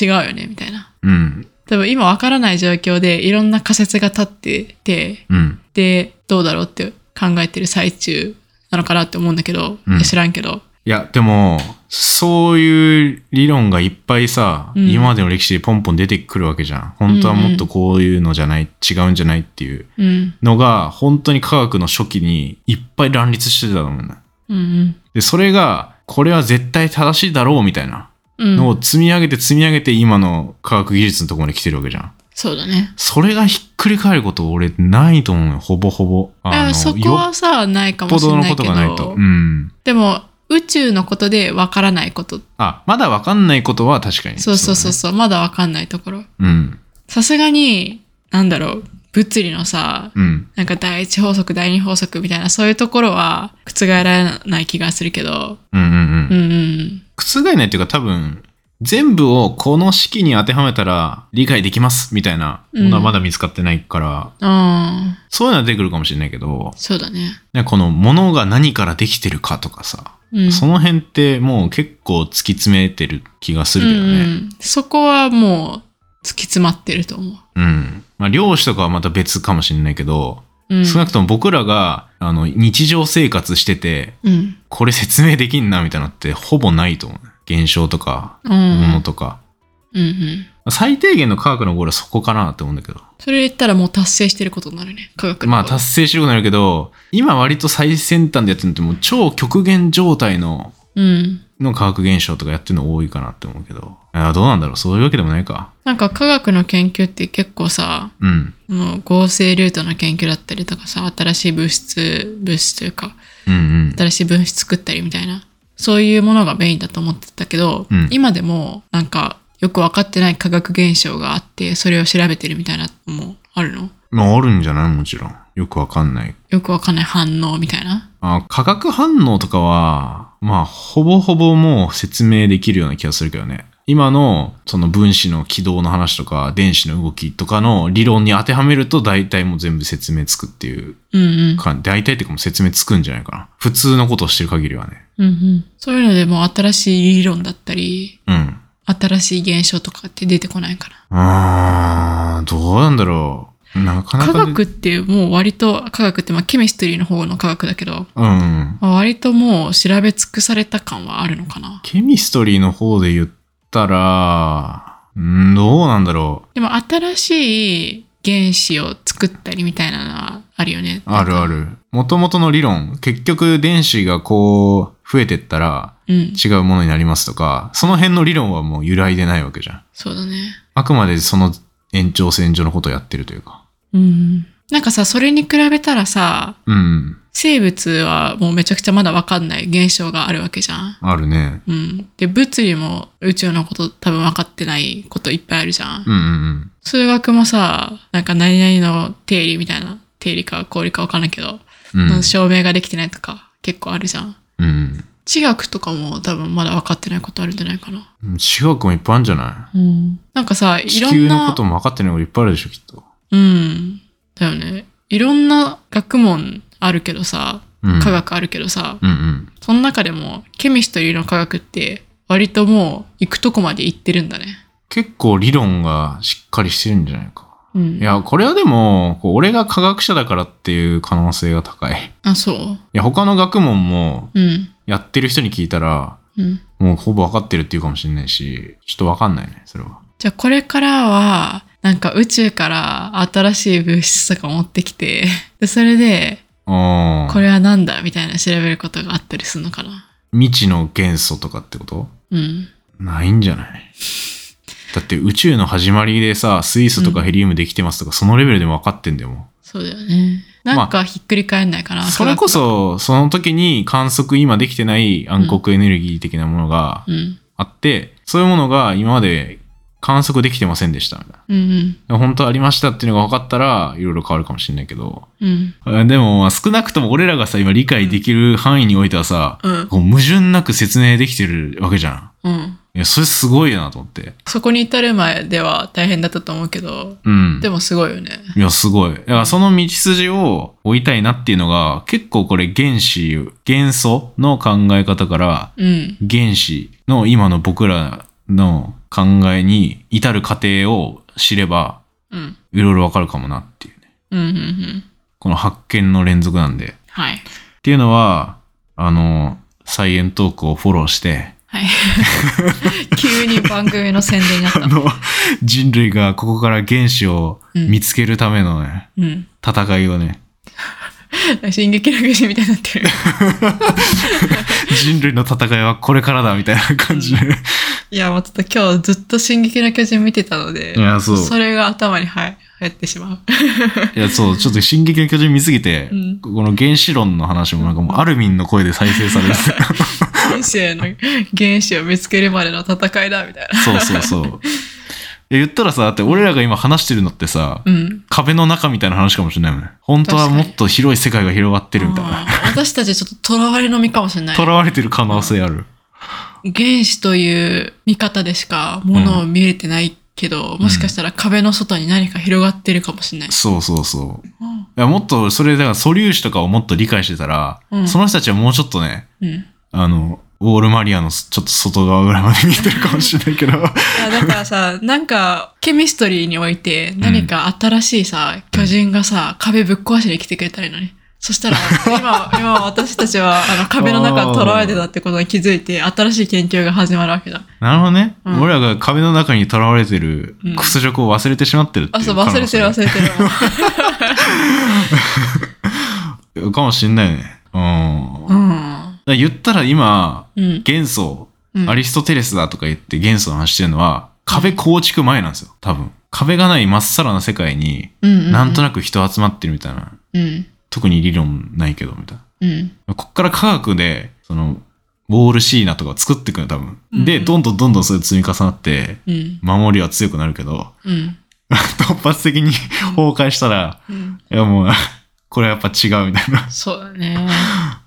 A: 違うよねみたいな。
B: うん。
A: 多分今わからない状況でいろんな仮説が立ってて、
B: うん。
A: で、どうだろうって考えてる最中なのかなって思うんだけど、
B: うん
A: いや知らんけど。
B: いや、でも、そういう理論がいっぱいさ、
A: うん
B: 今までの歴史でポンポン出てくるわけじゃん。本当はもっとこういうのじゃない、違うんじゃないっていう
A: うん。
B: のが、本当に科学の初期にいっぱい乱立してたと思うんだ。
A: うん
B: で、それが、これは絶対正しいだろうみたいな
A: うん。うん
B: のを積み上げて積み上げて今の科学技術のところに来てるわけじゃん。
A: そうだね。
B: それがひっくり返ること俺ないと思うよ、ほぼほぼ。
A: だから
B: の、
A: そこ
B: よ
A: はさ、ないか
B: っ
A: も
B: ぽ
A: しれ
B: どの
A: ない
B: こと
A: け
B: がないと。
A: ど
B: う、ん。
A: でも宇宙のことでわからないこと。
B: あ、まだわかんないことは確かに。
A: そうそうそうそう、まだわかんないところ。
B: うだね。
A: さすがに、なんだろう、物理のさ、
B: うん。うん。
A: なんか第一法則、第二法則みたいな、そういうところは覆られない気がするけど、
B: うんうんう
A: う。
B: ん
A: んうん。
B: 覆ないっていうか多分全部をこの式に当てはめたら理解できますみたいなものはまだ見つかってないから、
A: ああ、
B: そういうのは出てくるかもしれないけど、
A: そうだね。
B: ね、この物が何からできてるかとかさ、
A: うん。
B: その辺ってもう結構突き詰めてる気がするけど
A: うんう
B: ね。
A: んそこはもう突き詰まってると思
B: うん。まあ、漁師とかはまた別かもしれないけど、
A: う。うん。
B: 少なくとも僕らが、あの、日常生活してて、
A: うん。
B: これ説明できんな、みたいなのってほぼないと思う。現象とか、
A: う
B: もの
A: ん。
B: とか。
A: うんうん。
B: 最低限の科学のゴールはそこかなって思うんだけど。
A: それ言ったらもう達成してることになるね。科学の。
B: まあ、達成しようになるけど、今割と最先端でやってるのってもう超極限状態の、
A: うん。
B: の科学現象とかやってるの多いかなって思うけど。あーどうなんだろうそういうわけでもないか。
A: なんか科学の研究って結構さ、
B: うん。
A: その合成ルートの研究だったりとかさ、新しい物質、物質というか、
B: うんうん。
A: 新しい分子作ったりみたいなそういうものがメインだと思ってたけど、
B: うん
A: 今でもなんかよく分かってない化学現象があってそれを調べてるみたいなのもあるの
B: まあ、あるんじゃないもちろん。よくわかんない。
A: よく分かんない反応みたいな
B: あ化学反応とかは、まあ、ほぼほぼもう説明できるような気がするけどね。今の、その分子の軌道の話とか、電子の動きとかの理論に当てはめると、大体もう全部説明つくっていう
A: うんうん
B: か、大体っていうかもう説明つくんじゃないかな。普通のことをしてる限りはね。
A: うんうんそういうのでもう新しい理論だったり
B: うん。
A: 新しい現象とかって出てこないかな
B: あー、どうなんだろう。なかなか
A: 科
B: ね、
A: 学ってもう割と科学ってまあケミストリーの方の科学だけど
B: うんう
A: ま
B: ん。
A: あ割ともう調べ尽くされた感はあるのかな
B: ケミストリーの方で言ったら、うんどうなんだろう。
A: でも新しい原子を作ったりみたいなのはあるよね。
B: あるある。元々の理論、結局電子がこう増えてったら
A: うん。
B: 違うものになりますとか、その辺の理論はもう揺らいでないわけじゃん。
A: そうだね。
B: あくまでその延長線上のことをやってるというか。
A: うん。なんかさ、それに比べたらさ、
B: うん、
A: 生物はもうめちゃくちゃまだわかんない現象があるわけじゃん。
B: あるね。
A: うん。で、物理も宇宙のこと多分分かってないこといっぱいあるじゃん。
B: うんうん
A: 数学もさ、なんか何々の定理みたいな、定理か合理かわかんないけど、
B: うん。うん
A: 証明ができてないとか結構あるじゃん。
B: うん。
A: 地学とかも多分まだ分かってないことあるんじゃないかな。
B: 私学もいっぱいあるんじゃな
A: なんかさ、
B: い
A: い
B: 地
A: ろ
B: 球
A: ん
B: の
A: な、
B: ことも分かってないこといっぱいあるでしょ、きっと。
A: うん。だよね。いろんな学問あるけどさ、
B: うん、
A: 科。学あるけどさ、
B: うんうん。
A: その中でも、ケミストリーの科学って、割ともう、行くとこまで行ってるんだね。
B: 結構理論がしっかりしてるんじゃないか。
A: うん。
B: いや、これはでも、こう俺が科学者だからっていう可能性が高い。い
A: あ、そ
B: や、他の学問も
A: う。うん。
B: やってる人に聞いたら、
A: うん。
B: もうほぼ分かってるっていうかもしれないし、ちょっと分かんないね、それは。
A: じゃあ、これからは、なんか宇宙から新しい物質とか持ってきて、 で、それで、
B: あ
A: こ
B: あ。
A: れはなんだみたいな調べることがあったりするのかな。
B: 未知の元素とかってこと
A: うん。
B: ないんじゃないだって宇宙の始まりでさ、水素とかヘリウムできてますとか、そのレベルでも分かってんだよ、も
A: そうだよね。なんかひっくり返んないかな。
B: う。それこそ、その時に観測今できてない暗黒エネルギー的なものが
A: 科学が。うん。
B: あって、そういうものが今まで観測できてませんでした、みたい
A: う
B: な。
A: ん
B: 本当ありましたっていうのが分かったら、いろいろ変わるかもしれないけど。
A: うん。うん。
B: あでも、まあ少なくとも俺らがさ、今理解できる範囲においてはさ、
A: うん。
B: こう矛盾なく説明できてるわけじゃん。
A: うん。
B: いや、それすごいなと思って。
A: そこに至る前では大変だったと思うけど、
B: うん。
A: でもすごいよね。
B: いや、すごい。だからその道筋を追いたいなっていうのが、結構これ原子、元素の考え方から、
A: うん。
B: 原子の今の僕らの考えに至る過程を知れば、
A: うん。
B: いろいろわかるかもなっていうね。
A: うん。うん。うん。
B: この発見の連続なんで。っ
A: はい。
B: ていうのは、あの、サイエントークをフォローして、
A: はい。 急に番組の宣伝になった
B: あ。の、人類がここから原子を
A: うん
B: 見つけるためのね、
A: うん。
B: 戦いをね、
A: 進撃の巨人みたいになってる。
B: 人類の戦いはこれからだみたいな感じで。
A: いや、もうちょっと今日ずっと進撃の巨人見てたので、
B: いや、そう。
A: それが頭に入入ってしまう。
B: いや、そう、ちょっと進撃の巨人見すぎて、
A: うん
B: この原子論の話もなんかもうアルミンの声で再生さ れてて
A: 人生の原子を見つけるまでの戦いだ、みたいな。
B: そうそうそう。いや言ったらさ、だって俺らが今話してるのってさ、
A: うん。
B: 壁の中みたいな話かもしれないもんね。本当はもっと広い世界が広がってるみたい
A: あ
B: な。
A: ー私たちちょっと囚われの身かもしれない。
B: 囚われてる可能性ある。
A: 原子という見方でしかものを見れてないけど、もしかしたら壁の外に何か広がってるかもしれない。
B: そうそうそう。い
A: うん
B: やもっと、それ、だから素粒子とかをもっと理解してたら、
A: うん
B: その人たちはもうちょっとね、
A: うん。
B: あの、ウォールマリアのちょっと外側ぐらいまで見えてるかもし れないけど
A: いやだからさなんかケミストリーにおいて何か新しいさ、巨人がさ壁ぶっ壊しに来てくれたらいいのにそしたら 今今私たちはあの壁の中を捉えてたってことに気づいて新しい研究が始まるわけだ
B: なるほどね、
A: うん
B: 俺らが壁の中にとらわれてる
A: うん
B: 屈辱を忘れてしまってるってい
A: あ
B: う
A: そう
B: 可能
A: 忘
B: 性
A: れてる忘れてる
B: かもしんないねうん、
A: う
B: だか
A: ん
B: ら言ったら今
A: うん
B: 元素
A: うん
B: アリストテレスだとか言って元素の話してるのは壁構築前なんですよ多分壁がないまっさらな世界に
A: うん
B: なんと
A: な
B: なく人集まってるみたいな、
A: くうん
B: 特に理論ないけどみたい
A: うん
B: なこっから科学でそのウォールシーナとかを作っていくの多分、
A: うん
B: でどんどんどんどんそれ積み重なって
A: うん
B: 守りは強くなるけど
A: うん
B: 突発的に 崩壊したら
A: うん
B: いやもう これやっぱ違うみたいな
A: そうだね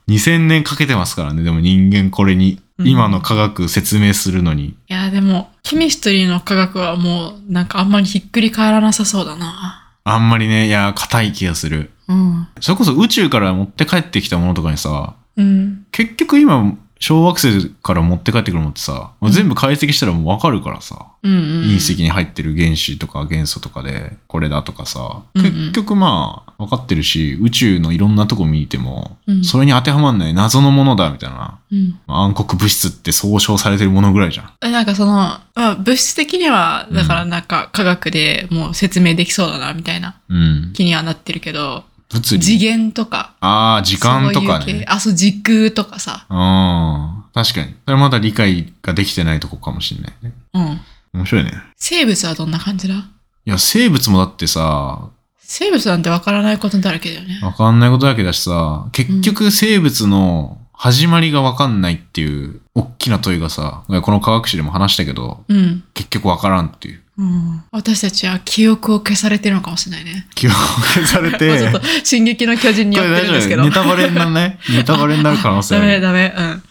B: 2000年かけてますからねでも人間これに
A: うん
B: 今の科学説明するのに、
A: いやでもケミストリーの科学はもうなんかあんまりひっくり返らなさそうだな
B: あんまりねいや硬い気がする
A: うん
B: それこそ宇宙から持って帰ってきたものとかにさ
A: うん
B: 結局今小惑星から持って帰ってくるものってさ、
A: ん
B: 全部解析したらもう分かるからさ、
A: うんうん
B: 隕石に入ってる原子とか元素とかでこれだとかさ、
A: うんうん
B: 結局まあ分かってるし宇宙のいろんなとこ見ても、
A: うん
B: それに当てはまんない謎のものだみたいな
A: うん
B: まあ暗黒物質って総称されてるものぐらいじゃん。
A: えなんかその、まあ、物質的には
B: うん
A: だからなんか科学でもう説明できそうだなみたいな
B: うん。
A: 気にはなってるけど、
B: 物
A: 次
B: 理。
A: 元とか
B: ああ、時間と
A: そうい
B: か
A: う系
B: ね。
A: あそう時空とかさ
B: ああ、確かに。それまだ理解ができてないとこかもしれないね。
A: うん
B: 面白いね。
A: 生物はどんな感じだ
B: いや、生物もだってさ、
A: 生物なんてわからないことだらけだよね
B: わかんないことだけだしさ、結局生物の始まりがわかんないっていう、大きな問いがさ、この科学史でも話したけど、
A: うん、
B: 結局わからんっていう。
A: うん、私たちは記憶を消されてるのかもしれないね
B: 記憶を消さ れて、
A: まあちょっと「進撃の巨人」に
B: こ
A: よっ
B: れ
A: て
B: 大
A: るん
B: 丈
A: ですけ
B: 夫
A: ど
B: ネタバレにならないネタバレになる可能性
A: ダ
B: ある
A: メダメうん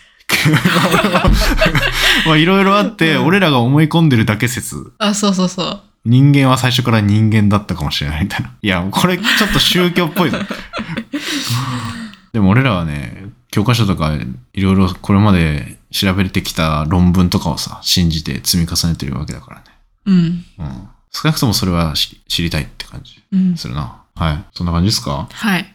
B: まあいろいろあって、俺らが思い込んでるだけ説。
A: あそうそうそう
B: 人間は最初から人間だったかもしれないみたいな。い や、これちょっと宗教っぽいぞ。 でも俺らはね、教科書とかいろいろこれまで調べてきた論文とかをさ、信じて積み重ねてるわけだからね。
A: うん
B: うん。少なくともそれはし知りたいって感じ
A: うん
B: するな。はい。そんな感じですか
A: はい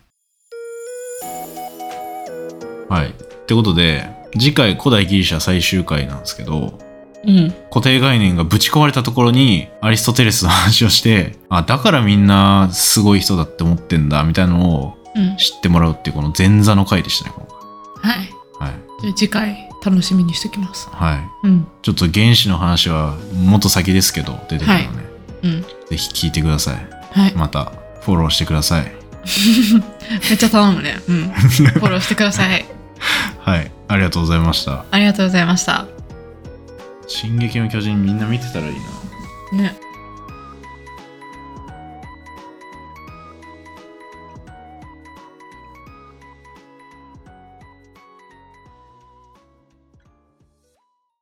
B: はい。ってことで、次回古代ギリシャ最終回なんですけど、
A: うん
B: 固定概念がぶち壊れたところにアリストテレスの話をしてあだからみんなすごい人だって思ってんだみたいなのを
A: うん
B: 知ってもらうっていうこの前座の回でしたね今
A: はい
B: 回はい、
A: じゃあ次回楽しみにしときます
B: はい、
A: うん
B: ちょっと原子の話はもっと先ですけど出てくるのね、
A: うん
B: ぜひ聞いてください
A: はい
B: またフォローしてください
A: めっちゃ頼むねうんフォローしてください
B: はいありがとうございました
A: ありがとうございました
B: 「進撃の巨人」みんな見てたらいいな
A: ね